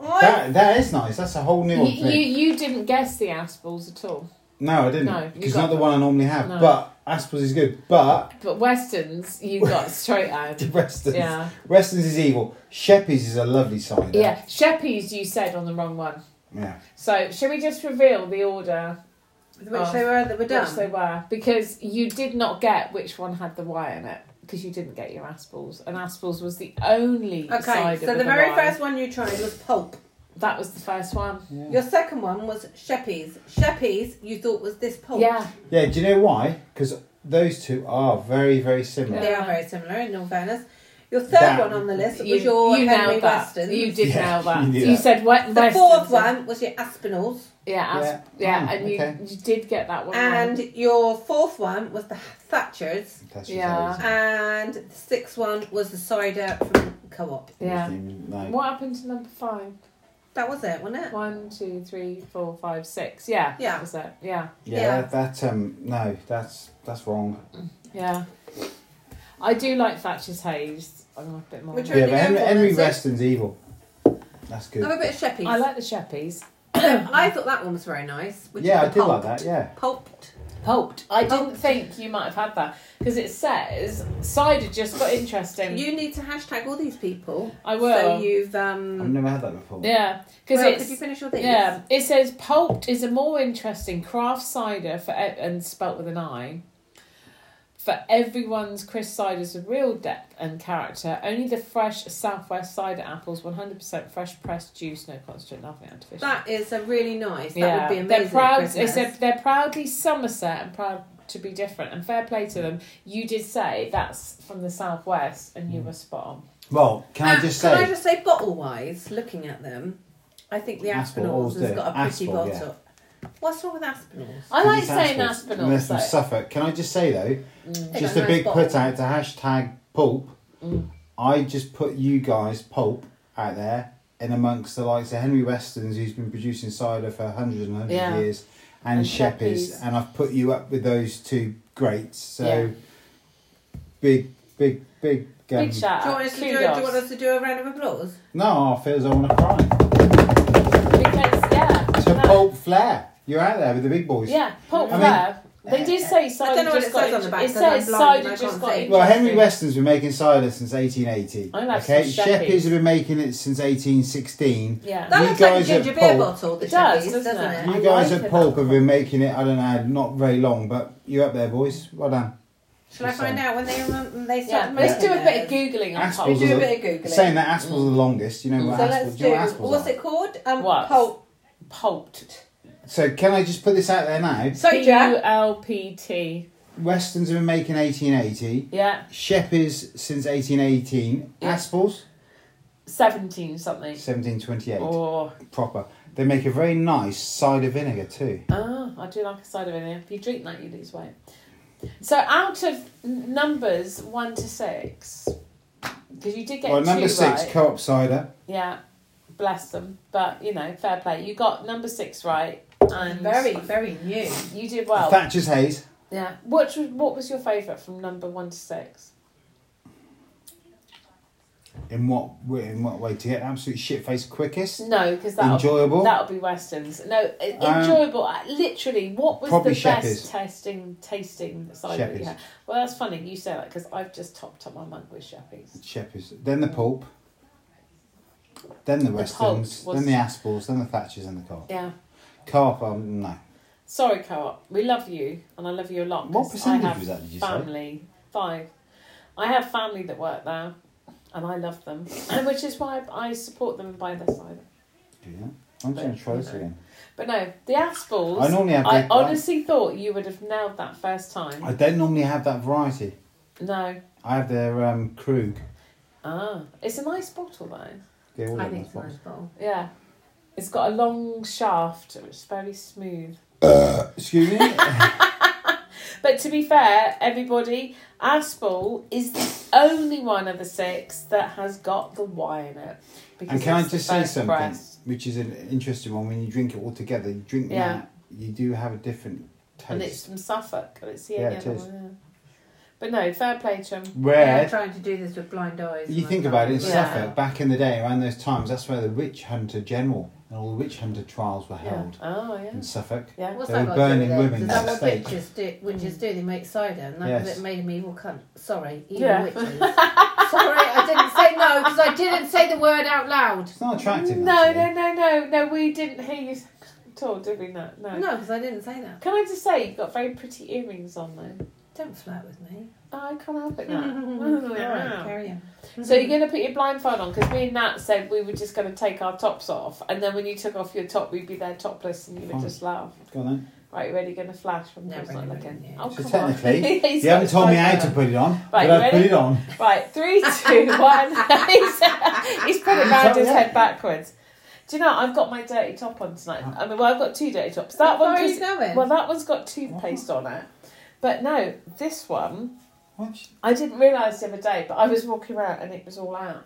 Speaker 2: I-
Speaker 3: That, that is nice. That's a whole new
Speaker 1: you,
Speaker 3: one for
Speaker 1: you,
Speaker 3: me.
Speaker 1: you didn't guess the Aspels at all,
Speaker 3: No, I didn't.
Speaker 1: No, you
Speaker 3: Because
Speaker 1: got
Speaker 3: not the one I normally have.
Speaker 1: No.
Speaker 3: But Aspel's is good. But
Speaker 1: but Weston's you got straight out.
Speaker 3: Weston's,
Speaker 1: Yeah.
Speaker 3: Weston's is evil. Sheppy's is a lovely cider.
Speaker 1: Yeah, Sheppy's you said on the wrong one.
Speaker 3: Yeah.
Speaker 1: So should we just reveal the order
Speaker 2: Which they were that were done.
Speaker 1: which they were because you did not get which one had the Y in it because you didn't get your Aspels and Aspels was the only
Speaker 2: okay,
Speaker 1: cider
Speaker 2: so
Speaker 1: with
Speaker 2: the
Speaker 1: a
Speaker 2: very
Speaker 1: Y.
Speaker 2: first one you tried was pulp.
Speaker 1: that was the first one.
Speaker 3: Yeah.
Speaker 2: Your second one was Sheppies. Sheppies you thought was this pulp.
Speaker 1: Yeah,
Speaker 3: Yeah, do you know why? Because those two are very, very similar.
Speaker 2: They are very similar in all fairness. Your third
Speaker 3: That-
Speaker 2: one on the list was
Speaker 1: you,
Speaker 2: your
Speaker 1: you
Speaker 2: Henry
Speaker 1: nailed that.
Speaker 2: Weston.
Speaker 1: You did
Speaker 3: Yeah,
Speaker 1: nail that.
Speaker 3: you
Speaker 1: You,
Speaker 3: knew that.
Speaker 1: said what?
Speaker 2: the fourth one was your Aspinalls.
Speaker 1: Yeah, as, yeah,
Speaker 3: Yeah. Oh,
Speaker 1: and you,
Speaker 3: okay.
Speaker 1: you did get that one.
Speaker 2: And your fourth one was the Thatchers.
Speaker 3: That's
Speaker 1: Yeah.
Speaker 3: just
Speaker 2: And the sixth one was the cider from Co op.
Speaker 1: yeah.
Speaker 3: No.
Speaker 1: What happened to number five?
Speaker 2: That was it, wasn't it?
Speaker 1: One, two, three, four, five, six. Yeah,
Speaker 2: Yeah.
Speaker 1: that was it. Yeah,
Speaker 3: Yeah,
Speaker 2: Yeah.
Speaker 3: That, that um no, that's that's wrong.
Speaker 1: yeah. I do like Thatcher's Haze. I'm a bit more.
Speaker 2: Which
Speaker 3: Yeah,
Speaker 2: Henry
Speaker 3: but Henry,
Speaker 2: Cavill,
Speaker 3: Henry
Speaker 2: that's it.
Speaker 3: Weston's evil. That's good.
Speaker 2: I'm a bit of Sheppies.
Speaker 1: I like the Sheppies.
Speaker 2: I thought that one was very nice. Which
Speaker 3: yeah, I
Speaker 2: is
Speaker 3: did
Speaker 2: the
Speaker 3: like
Speaker 2: pulped.
Speaker 3: that. Yeah,
Speaker 2: Pulped.
Speaker 1: Pulped. I didn't
Speaker 2: Pulped.
Speaker 1: think you might have had that because it says cider just got interesting.
Speaker 2: You need to hashtag all these people.
Speaker 1: I will.
Speaker 2: So you've
Speaker 3: I've
Speaker 2: um.
Speaker 3: never had that before.
Speaker 1: Mm. yeah, because
Speaker 2: Well,
Speaker 1: it's
Speaker 2: could you finish all these?
Speaker 1: Yeah, it says pulped is a more interesting craft cider for e- and spelt with an I. For everyone's crisp ciders of real depth and character, only the fresh Southwest cider apples, one hundred percent fresh pressed juice, no concentrate, nothing artificial.
Speaker 2: That is a really nice. That
Speaker 1: yeah,
Speaker 2: would be amazing.
Speaker 1: they're proud.
Speaker 2: at
Speaker 1: They
Speaker 2: Christmas.
Speaker 1: said they're proudly Somerset and proud to be different. And fair play to them. You did say that's from the Southwest, and you were spot on.
Speaker 3: Well, can I
Speaker 2: Ah,
Speaker 3: just
Speaker 2: Can I
Speaker 3: say?
Speaker 2: just say, bottle wise, looking at them, I think the
Speaker 3: Aspinall
Speaker 2: Aspinalls
Speaker 3: always
Speaker 2: has
Speaker 3: do.
Speaker 2: got a pretty
Speaker 3: Aspinall,
Speaker 2: bottle. What's wrong with Aspinalls?
Speaker 1: I like
Speaker 3: It's
Speaker 1: saying
Speaker 3: Aspel,
Speaker 1: Aspinall.
Speaker 3: and They're from
Speaker 1: so- Mm.
Speaker 3: Suffolk. Can I just say though,
Speaker 2: They got
Speaker 3: just a
Speaker 2: nice
Speaker 3: big
Speaker 2: bottle.
Speaker 3: put out to hashtag pulp.
Speaker 1: Mm.
Speaker 3: I just put you guys pulp out there in amongst the likes of Henry Weston's, who's been producing cider for hundreds and hundreds
Speaker 1: Yeah.
Speaker 3: of years, and,
Speaker 1: And
Speaker 3: Sheppies,
Speaker 1: Sheppies.
Speaker 3: and I've put you up with those two greats. So
Speaker 1: Yeah.
Speaker 3: big, big, big. Um,
Speaker 1: Big shout
Speaker 2: Do you,
Speaker 1: out.
Speaker 2: want us to do, do you
Speaker 1: Kudos.
Speaker 2: want us to do a round of applause?
Speaker 3: No, I feel I want to cry.
Speaker 1: Because yeah,
Speaker 3: To
Speaker 1: no,
Speaker 3: pulp flair, you're out there with the big boys.
Speaker 1: yeah, pulp
Speaker 3: I mean-
Speaker 1: there. They did say
Speaker 2: I don't
Speaker 1: cider
Speaker 2: know what
Speaker 1: just
Speaker 2: it
Speaker 1: got.
Speaker 2: says on the back,
Speaker 1: it
Speaker 2: 'cause I'm
Speaker 1: says
Speaker 2: blind and
Speaker 1: cider
Speaker 2: I
Speaker 1: just
Speaker 2: can't
Speaker 1: got.
Speaker 2: see.
Speaker 1: interesting.
Speaker 3: Well, Henry Weston's been making cider since 1880.
Speaker 1: I like
Speaker 3: okay,
Speaker 1: some
Speaker 3: Sheppies.
Speaker 1: Sheppies.
Speaker 3: have been making it since 1816.
Speaker 1: Yeah.
Speaker 2: That
Speaker 3: You
Speaker 2: looks like a
Speaker 3: guys at
Speaker 2: ginger beer
Speaker 3: Pulp-
Speaker 2: bottle. The
Speaker 1: It does,
Speaker 2: Sheppies,
Speaker 1: doesn't
Speaker 2: doesn't
Speaker 1: it?
Speaker 2: it?
Speaker 1: I
Speaker 3: You guys
Speaker 1: like
Speaker 3: at
Speaker 1: it,
Speaker 3: Pulp
Speaker 1: that
Speaker 3: have been making it, I don't know, not very long, but you're up there, boys. Well done.
Speaker 2: Shall I
Speaker 3: Just saying.
Speaker 2: find out when they remember, they start?
Speaker 1: Yeah, let's do a
Speaker 2: making
Speaker 1: bit of
Speaker 2: theirs?
Speaker 1: googling on
Speaker 3: Aspel's
Speaker 1: pulp.
Speaker 2: do a
Speaker 3: are the-
Speaker 2: bit of Googling.
Speaker 3: Saying that Aspel's
Speaker 1: Mm.
Speaker 3: are the longest, you know what
Speaker 2: So
Speaker 3: Aspel's
Speaker 2: let's
Speaker 3: do you know
Speaker 2: do.
Speaker 3: what
Speaker 2: What's
Speaker 3: Aspel's
Speaker 2: it called? Um,
Speaker 1: What?
Speaker 2: Pulp.
Speaker 1: Pulped.
Speaker 3: are? So can I just put this out there now?
Speaker 2: So
Speaker 1: P
Speaker 2: Jack.
Speaker 1: U L P T.
Speaker 3: Weston's have been making 1880.
Speaker 1: Yeah,
Speaker 3: Sheppies since 1818.
Speaker 1: Yeah.
Speaker 3: Aspel's
Speaker 1: seventeen something. Oh.
Speaker 3: 1728.
Speaker 1: Or
Speaker 3: Proper. They make a very nice cider vinegar too.
Speaker 1: ah, I do like a cider vinegar. If you drink that, you lose weight. So out of n- numbers one to six, because you did get
Speaker 3: Well,
Speaker 1: two
Speaker 3: number six,
Speaker 1: right.
Speaker 3: co-op cider.
Speaker 1: yeah, bless them. But you know, fair play. You got number six right, and
Speaker 2: Very, very new.
Speaker 1: you did well.
Speaker 3: Thatcher's Haze.
Speaker 1: Yeah. What was, what was your favourite from number one to six?
Speaker 3: in what in what way to get absolute shit face quickest.
Speaker 1: No, because that'll,
Speaker 3: Enjoyable?
Speaker 1: that'll be westerns. No, e-
Speaker 3: Um,
Speaker 1: enjoyable. I- Literally, what was the
Speaker 3: probably
Speaker 1: best
Speaker 3: Sheppies.
Speaker 1: testing tasting cider that you
Speaker 3: Sheppies.
Speaker 1: had? Well, that's funny you say that because I've just topped up my mug with Sheppies.
Speaker 3: Shepherds, then the pulp, then the, westerns,
Speaker 1: was-
Speaker 3: then the aspels, then the thatchers, and the carp.
Speaker 1: Yeah.
Speaker 3: Carp, um, no.
Speaker 1: Sorry, co-op. We love you, and I love you a lot.
Speaker 3: What
Speaker 1: 'cause I
Speaker 3: percentage
Speaker 1: have
Speaker 3: was that, did you say?
Speaker 1: family five. I have family that work there, and I love them, and which is why I support them and buy their cider.
Speaker 3: Yeah. I'm just gonna try this again.
Speaker 1: But no, the Aspels.
Speaker 3: I normally have.
Speaker 1: I
Speaker 3: that-
Speaker 1: honestly thought you would have nailed that first time.
Speaker 3: I don't normally have that variety.
Speaker 1: No.
Speaker 3: I have their um, Krug.
Speaker 1: Ah, it's a nice bottle though.
Speaker 3: They all
Speaker 2: I
Speaker 3: have
Speaker 2: think
Speaker 3: that
Speaker 2: it's a nice
Speaker 3: box.
Speaker 2: bottle.
Speaker 1: Yeah. It's got a long shaft. It's very smooth.
Speaker 3: Excuse me.
Speaker 1: But to be fair, everybody, Aspel is the only one of the six that has got the Y in it. Because
Speaker 3: and can I
Speaker 1: it's the
Speaker 3: just say
Speaker 1: first
Speaker 3: something,
Speaker 1: press.
Speaker 3: which is an interesting one? When you drink it all together, you drink
Speaker 1: Yeah.
Speaker 3: that, you do have a different taste.
Speaker 1: And it's from Suffolk. and It's the
Speaker 3: Yeah,
Speaker 1: only
Speaker 3: it
Speaker 1: other
Speaker 3: is.
Speaker 1: one. yeah. But no, fair play to him.
Speaker 2: Yeah, I'm
Speaker 3: Where
Speaker 2: trying to do this with blind eyes.
Speaker 3: you
Speaker 2: and I
Speaker 3: think
Speaker 2: can't.
Speaker 3: about it, in
Speaker 1: Yeah.
Speaker 3: Suffolk back in the day, around those times, that's where the witch hunter general and all the witch hunter trials were
Speaker 1: Yeah.
Speaker 3: held
Speaker 1: Oh, yeah.
Speaker 3: in Suffolk.
Speaker 1: Yeah.
Speaker 2: What's
Speaker 3: They
Speaker 2: that
Speaker 3: were
Speaker 2: got to do
Speaker 3: burning
Speaker 2: with it?
Speaker 3: women
Speaker 2: Is
Speaker 3: at
Speaker 2: that what
Speaker 3: stake.
Speaker 2: witches do? Witches do. They make cider, and that was
Speaker 3: Yes.
Speaker 2: it made me evil cunt. Sorry, evil
Speaker 1: Yeah.
Speaker 2: witches. Sorry, I didn't say no because I didn't say the word out loud.
Speaker 3: It's not attractive.
Speaker 1: No,
Speaker 3: actually.
Speaker 1: no, no, no, no. We didn't hear you at all, did we? No, no.
Speaker 2: No, because I didn't say that.
Speaker 1: Can I just say you've got very pretty earrings on though?
Speaker 2: Don't flirt with me.
Speaker 1: Oh, I can't help it
Speaker 2: All right,
Speaker 1: now.
Speaker 2: carry on.
Speaker 1: so you're gonna put your blindfold on because me and Nat said we were just gonna take our tops off, and then when you took off your top, we'd be there topless, and you would
Speaker 3: Fine.
Speaker 1: just laugh.
Speaker 3: Go on then.
Speaker 1: Right, you ready? Gonna flash from
Speaker 2: No,
Speaker 1: Chris
Speaker 2: ready,
Speaker 1: not
Speaker 2: ready,
Speaker 1: looking.
Speaker 2: yeah.
Speaker 1: Oh,
Speaker 3: So
Speaker 1: come
Speaker 3: technically,
Speaker 1: on. He's
Speaker 3: You haven't
Speaker 1: got
Speaker 3: told me
Speaker 1: his
Speaker 3: how
Speaker 1: phone
Speaker 3: to put it on, but
Speaker 1: you
Speaker 3: I've put
Speaker 1: ready?
Speaker 3: it on.
Speaker 1: out. Right, three, two, one. he's, he's put it round his head backwards. Do you know I've got my dirty top on tonight? I mean, well, I've got two dirty tops. That
Speaker 2: Where
Speaker 1: one,
Speaker 2: are
Speaker 1: just-
Speaker 2: you going?
Speaker 1: well, that one's got toothpaste on it, but no, this one.
Speaker 3: What?
Speaker 1: I didn't realise the other day, but I was walking around and it was all out.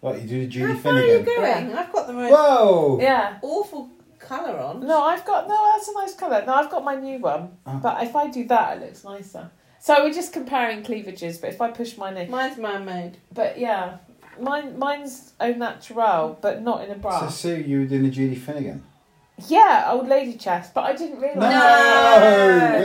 Speaker 3: What you do, the Judy
Speaker 2: How far are you
Speaker 3: Finnegan?
Speaker 2: going? I've got the most
Speaker 3: Whoa!
Speaker 1: Yeah.
Speaker 2: awful colour on.
Speaker 1: No, I've got no. That's a nice colour. No, I've got my new one.
Speaker 3: Oh.
Speaker 1: But if I do that, it looks nicer. So we're just comparing cleavages. But if I push mine in,
Speaker 2: Mine's man-made.
Speaker 1: but yeah, mine mine's au naturel, but not in a
Speaker 3: So
Speaker 1: bra.
Speaker 3: Sue, you were doing the Judy Finnegan.
Speaker 1: Yeah, old lady chest. But I didn't
Speaker 3: No.
Speaker 1: realise.
Speaker 3: No,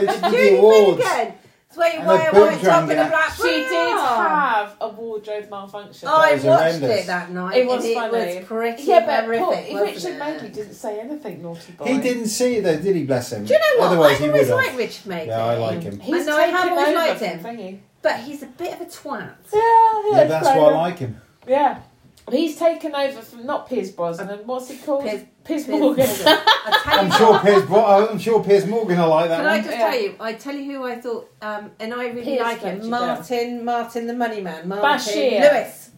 Speaker 2: It's
Speaker 3: she did the
Speaker 2: Judy
Speaker 3: awards.
Speaker 2: Finnegan. It's where you
Speaker 3: And
Speaker 2: wear a
Speaker 3: the boot
Speaker 2: white top and a
Speaker 3: triangle.
Speaker 2: black
Speaker 1: She did
Speaker 2: bra.
Speaker 1: have a wardrobe malfunction.
Speaker 2: Oh, I
Speaker 3: was
Speaker 2: watched
Speaker 3: horrendous.
Speaker 2: it that night.
Speaker 1: It was
Speaker 2: and it
Speaker 1: funny.
Speaker 2: was pretty
Speaker 1: yeah, but Paul,
Speaker 2: horrific. wasn't
Speaker 1: Richard
Speaker 2: it?
Speaker 1: Madeley didn't say anything naughty boy.
Speaker 3: He didn't see it though, did he? Bless him.
Speaker 2: Do you know what?
Speaker 3: Otherwise,
Speaker 2: I
Speaker 3: he
Speaker 2: always
Speaker 3: would
Speaker 2: like
Speaker 3: have.
Speaker 2: Rich Madeley.
Speaker 3: Yeah, I like him.
Speaker 1: He's
Speaker 2: I know, I have
Speaker 1: taken
Speaker 2: always
Speaker 1: over
Speaker 2: liked
Speaker 1: from
Speaker 2: him.
Speaker 1: Thingy.
Speaker 2: But he's a bit of a twat.
Speaker 1: Yeah, yeah,
Speaker 3: Yeah,
Speaker 1: it's
Speaker 3: that's
Speaker 1: fair
Speaker 3: why I
Speaker 1: enough.
Speaker 3: like him.
Speaker 1: Yeah. He's taken over from not Piers Brosnan. What's he called? Piers,
Speaker 2: Piers-
Speaker 1: Morgan.
Speaker 2: I tell
Speaker 3: I'm
Speaker 2: you
Speaker 3: sure
Speaker 2: what,
Speaker 3: Piers. Bro- I'm sure Piers Morgan will like that
Speaker 2: Can
Speaker 3: one.
Speaker 2: I just
Speaker 1: Yeah.
Speaker 2: tell you? I tell you who I thought, um, and I really
Speaker 1: Piers
Speaker 2: like
Speaker 1: voted
Speaker 2: him. Martin, Martin the Money Man, Martin
Speaker 1: Bashir.
Speaker 2: Lewis.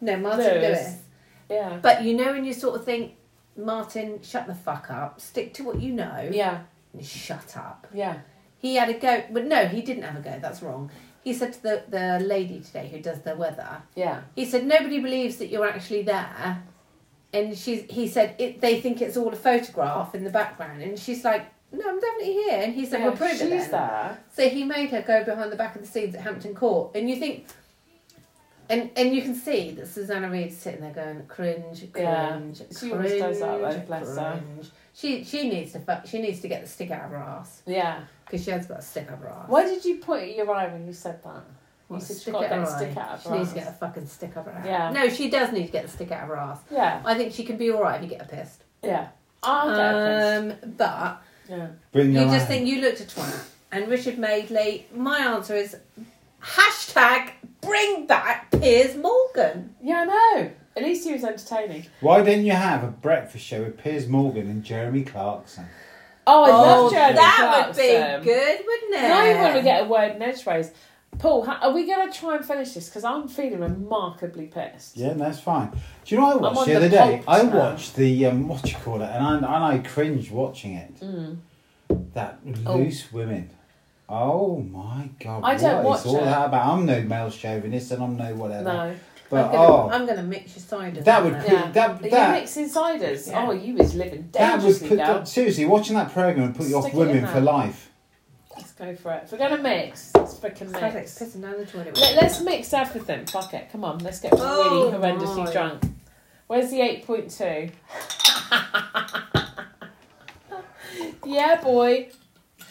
Speaker 2: No, Martin
Speaker 1: Lewis.
Speaker 2: Lewis.
Speaker 1: yeah.
Speaker 2: But you know, when you sort of think, Martin, shut the fuck up. Stick to what you know.
Speaker 1: Yeah.
Speaker 2: and Shut up.
Speaker 1: Yeah.
Speaker 2: He had a go, but no, he didn't have a go. That's wrong. He said to the, the lady today who does the weather,
Speaker 1: Yeah.
Speaker 2: he said nobody believes that you're actually there and she's he said it, they think it's all a photograph in the background and she's like no i'm definitely here and he said
Speaker 1: Yeah,
Speaker 2: well prove it
Speaker 1: she's
Speaker 2: then.
Speaker 1: there.
Speaker 2: so he made her go behind the back of the scenes at hampton court and you think and and you can see that susanna reed's sitting there going cringe
Speaker 1: Yeah.
Speaker 2: cringe
Speaker 1: She
Speaker 2: cringe,
Speaker 1: always does that, though, bless her.
Speaker 2: cringe." she she needs to fu- she needs to get the stick out of her ass
Speaker 1: Yeah.
Speaker 2: because she has got a stick out of her ass
Speaker 1: Why did you point at your eye when you said that?
Speaker 2: What,
Speaker 1: said she's
Speaker 2: stick
Speaker 1: got
Speaker 2: out
Speaker 1: that
Speaker 2: her
Speaker 1: stick
Speaker 2: eye?
Speaker 1: out of
Speaker 2: she
Speaker 1: her
Speaker 2: needs to
Speaker 1: ass.
Speaker 2: get a fucking stick out of her ass
Speaker 1: Yeah.
Speaker 2: no she does need to get the stick out of her ass
Speaker 1: Yeah.
Speaker 2: I think she can be all right if you get her pissed.
Speaker 1: Yeah. I'll get a
Speaker 2: Um, but
Speaker 1: piss. yeah.
Speaker 3: Bring
Speaker 2: you
Speaker 3: your
Speaker 2: just
Speaker 3: own.
Speaker 2: think you looked at twat. And Richard Madeley, my answer is hashtag bring back Piers Morgan.
Speaker 1: Yeah, I know. At least he was entertaining.
Speaker 3: Why didn't you have a breakfast show with Piers Morgan and Jeremy Clarkson?
Speaker 1: Oh, I love Jeremy
Speaker 2: that would
Speaker 1: Clarkson.
Speaker 2: be good, wouldn't it?
Speaker 1: Now you want to get a word in edgeways. Paul, ho- are we going to try and finish this? Because I'm feeling remarkably pissed.
Speaker 3: Yeah, that's fine. Do you know what I
Speaker 1: on
Speaker 3: watched the other
Speaker 1: the
Speaker 3: day?
Speaker 1: pulp
Speaker 3: I
Speaker 1: now.
Speaker 3: watched the um, what do you call it, and I and I cringed watching it.
Speaker 2: Mm.
Speaker 3: That
Speaker 1: Oh.
Speaker 3: loose women. Oh my god!
Speaker 1: I don't
Speaker 3: what is
Speaker 1: watch
Speaker 3: all
Speaker 1: it.
Speaker 3: that about. I'm no male chauvinist, and I'm no whatever.
Speaker 1: No.
Speaker 3: But
Speaker 2: I'm gonna,
Speaker 3: oh,
Speaker 2: I'm gonna mix your cider.
Speaker 3: That would
Speaker 2: on
Speaker 3: put
Speaker 2: it.
Speaker 1: Yeah.
Speaker 3: that
Speaker 1: Are you
Speaker 3: that
Speaker 1: mixing ciders?
Speaker 2: Yeah.
Speaker 1: Oh, you was living
Speaker 3: that would
Speaker 1: dangerously,
Speaker 3: put
Speaker 1: girl.
Speaker 3: seriously watching that program would put you off
Speaker 1: Stick it in
Speaker 3: women
Speaker 1: there.
Speaker 3: for life.
Speaker 1: Let's go for it. If we're gonna mix, let's freaking
Speaker 2: Sounds like it's
Speaker 1: mix.
Speaker 2: pissing down the toilet.
Speaker 1: Let, us mix everything. Fuck it. Come on, let's get really
Speaker 2: Oh,
Speaker 1: horrendously
Speaker 2: my.
Speaker 1: drunk. Where's the eight point two? Yeah, boy.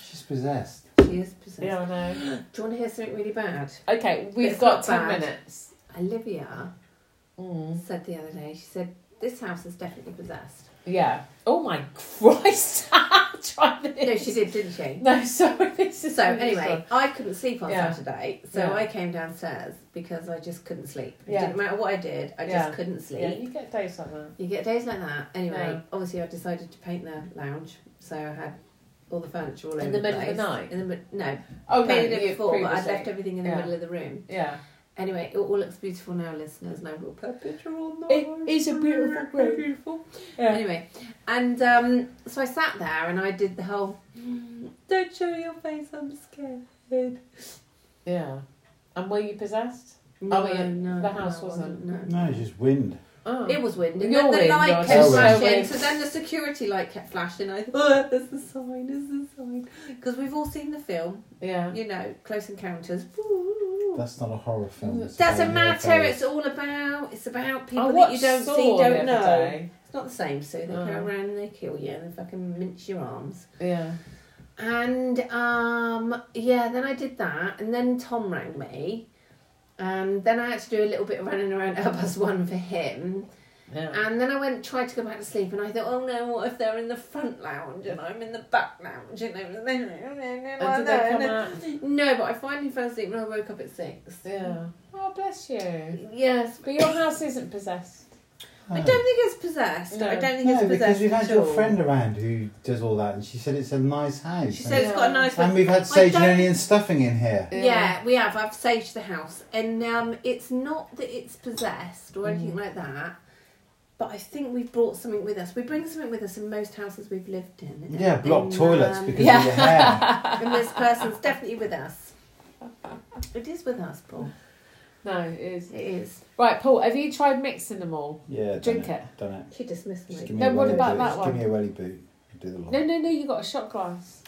Speaker 3: She's possessed.
Speaker 2: She is possessed.
Speaker 1: Yeah, I know.
Speaker 2: Do you want to hear something really bad?
Speaker 1: Okay, we've
Speaker 2: It's
Speaker 1: got
Speaker 2: not
Speaker 1: ten
Speaker 2: bad.
Speaker 1: minutes.
Speaker 2: Olivia
Speaker 1: Mm.
Speaker 2: said the other day, she said, This house is definitely possessed.
Speaker 1: Yeah. Oh my Christ! Try this.
Speaker 2: No, she did, didn't she?
Speaker 1: No, sorry. This is
Speaker 2: So, anyway, I couldn't sleep on
Speaker 1: Yeah.
Speaker 2: Saturday, so
Speaker 1: Yeah.
Speaker 2: I came downstairs because I just couldn't sleep. It
Speaker 1: Yeah.
Speaker 2: didn't matter what I did, I
Speaker 1: Yeah.
Speaker 2: just couldn't sleep.
Speaker 1: Yeah, you get days like that.
Speaker 2: You get days like that. Anyway,
Speaker 1: Yeah.
Speaker 2: obviously, I decided to paint the lounge, so I had all the furniture all over
Speaker 1: In the middle of the
Speaker 2: place.
Speaker 1: night?
Speaker 2: In the mi- no,
Speaker 1: Oh,
Speaker 2: I
Speaker 1: no,
Speaker 2: painted it
Speaker 1: you-
Speaker 2: before, but I'd
Speaker 1: previously.
Speaker 2: left everything in the
Speaker 1: Yeah.
Speaker 2: middle of the room.
Speaker 1: Yeah.
Speaker 2: Anyway, it all looks beautiful now, listeners. No real perpetual.
Speaker 1: It is a beautiful room.
Speaker 2: Beautiful.
Speaker 1: Yeah.
Speaker 2: Anyway, and um, so I sat there and I did the whole. "Mm, Don't show your face. I'm scared.
Speaker 1: Yeah. And were you possessed?
Speaker 2: No,
Speaker 1: yeah,
Speaker 2: no,
Speaker 1: the house
Speaker 2: no, I
Speaker 1: wasn't.
Speaker 2: No.
Speaker 3: No, it's just wind.
Speaker 1: Oh.
Speaker 2: It was wind, and
Speaker 1: Your
Speaker 2: then the
Speaker 1: wind,
Speaker 2: light
Speaker 1: yours.
Speaker 2: kept
Speaker 3: Oh, wind.
Speaker 2: flashing.
Speaker 1: So
Speaker 2: So then the security light kept flashing. I thought, "Oh, "There's the sign. There's the sign." Because we've all seen the film,
Speaker 1: Yeah.
Speaker 2: you know, Close Encounters.
Speaker 3: That's not a horror film. it's
Speaker 2: Doesn't
Speaker 3: about
Speaker 2: matter.
Speaker 3: UFOs.
Speaker 2: It's all about. It's about
Speaker 1: I
Speaker 2: people that
Speaker 1: watched
Speaker 2: you don't
Speaker 1: Oh, Saw
Speaker 2: see,
Speaker 1: the other
Speaker 2: don't know.
Speaker 1: day.
Speaker 2: It's not the same, so they
Speaker 1: Oh.
Speaker 2: go around and they kill you and they fucking mince your arms.
Speaker 1: Yeah.
Speaker 2: And um, yeah, then I did that, and then Tom rang me. Um, then I had to do a little bit of running around Airbus One for him,
Speaker 1: Yeah.
Speaker 2: and then I went tried to go back to sleep, and I thought, oh no, what if they're in the front lounge and I'm in the back lounge, and they
Speaker 1: And did they come out?
Speaker 2: no, but I finally fell asleep when I woke up at six.
Speaker 1: Yeah. Oh, bless you.
Speaker 2: Yes,
Speaker 1: But your house isn't possessed.
Speaker 2: I
Speaker 3: No.
Speaker 2: don't think it's possessed.
Speaker 1: No.
Speaker 2: I don't think
Speaker 3: Oh. No,
Speaker 2: it's possessed.
Speaker 3: because we've had
Speaker 2: at
Speaker 3: your
Speaker 2: all.
Speaker 3: friend around who does all that, and she said it's a nice house.
Speaker 2: She
Speaker 3: and-
Speaker 2: said it's got a
Speaker 1: Yeah.
Speaker 2: nice.
Speaker 3: and we've had sage and onion stuffing in here.
Speaker 1: Yeah.
Speaker 2: Yeah. we have. I've saged the house, and um, it's not that it's possessed or
Speaker 3: Mm.
Speaker 2: anything like that. But I think we've brought something with us. We bring something with us in most houses we've lived in. isn't it?
Speaker 3: Yeah, blocked
Speaker 2: And,
Speaker 3: toilets
Speaker 2: um,
Speaker 3: because of your hair.
Speaker 2: and this person's definitely with us. It is with us, Paul.
Speaker 1: No, it is.
Speaker 2: It is.
Speaker 1: Right, Paul, have you tried mixing them all?
Speaker 3: Yeah, done
Speaker 1: Drink it.
Speaker 3: Done it.
Speaker 2: She dismissed
Speaker 3: Just
Speaker 2: me.
Speaker 3: give me
Speaker 1: Then
Speaker 3: a
Speaker 1: what
Speaker 3: welly
Speaker 1: about
Speaker 3: boot.
Speaker 1: that
Speaker 3: Just
Speaker 1: one?
Speaker 3: Give me a welly boot. Do the lot.
Speaker 1: No, no, no, you got a shot glass.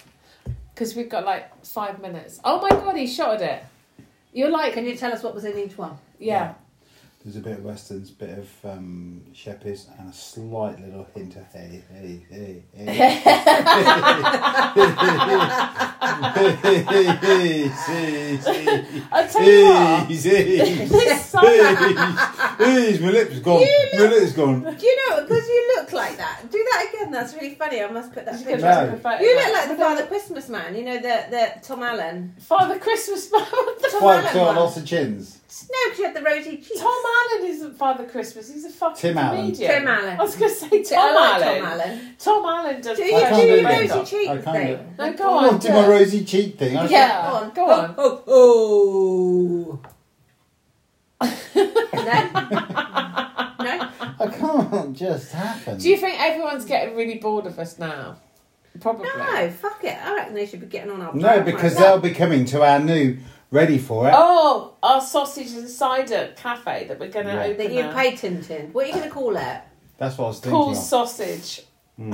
Speaker 1: Because we've got like five minutes. Oh my god, he shot at it. You're like,
Speaker 2: Can you tell us what was in each one?
Speaker 1: yeah.
Speaker 3: There's a bit of westerns, bit of um, shepherds, and a slight little hint of hey, hey, hey, hey. see, see.
Speaker 1: I tell you what,
Speaker 3: Ease, ease,
Speaker 1: this summer,
Speaker 3: ease, ease, my lip's gone, my lip's gone.
Speaker 2: Do you know? Because you look like that. Do that again. That's really funny. I must put that.
Speaker 1: She's
Speaker 2: picture
Speaker 3: No.
Speaker 1: gonna photo
Speaker 2: You
Speaker 1: that.
Speaker 2: look like the Father Christmas man, you know, the, the Tom Allen.
Speaker 1: Father Christmas man. What the-
Speaker 2: Tom
Speaker 3: Quite
Speaker 2: Allen
Speaker 3: got
Speaker 2: one.
Speaker 3: lots of chins.
Speaker 2: No, because you had the rosy cheeks.
Speaker 1: Tom Allen isn't Father Christmas. He's a fucking
Speaker 3: Tim Allen.
Speaker 1: comedian.
Speaker 2: Tim Allen.
Speaker 1: I was gonna say
Speaker 2: See,
Speaker 1: Tom
Speaker 2: I like
Speaker 1: Allen.
Speaker 2: Tom Allen.
Speaker 1: Tom Allen does.
Speaker 2: Do
Speaker 3: I
Speaker 2: you
Speaker 3: can't
Speaker 2: do
Speaker 3: do
Speaker 2: your
Speaker 3: that.
Speaker 2: rosy cheek
Speaker 3: I can't do it.
Speaker 2: thing?
Speaker 1: No, go
Speaker 3: Oh,
Speaker 1: on.
Speaker 3: I did my rosy cheek thing. I was
Speaker 1: Yeah.
Speaker 2: Go on.
Speaker 1: Go on.
Speaker 2: Oh, oh, oh. no? no?
Speaker 3: like, I can't just happen.
Speaker 1: Do you think everyone's getting really bored of us now? Probably.
Speaker 2: No, fuck it. I reckon they should be getting on our
Speaker 3: No,
Speaker 2: program
Speaker 3: because
Speaker 2: right now.
Speaker 3: they'll be coming to our new Ready For It.
Speaker 1: Oh, our sausage and cider cafe that we're gonna
Speaker 3: Yeah.
Speaker 1: open.
Speaker 2: That you
Speaker 1: now.
Speaker 2: patented. What are you going to call it?
Speaker 3: That's what I was thinking
Speaker 1: Paul's
Speaker 3: of.
Speaker 1: sausage.
Speaker 3: Hmm.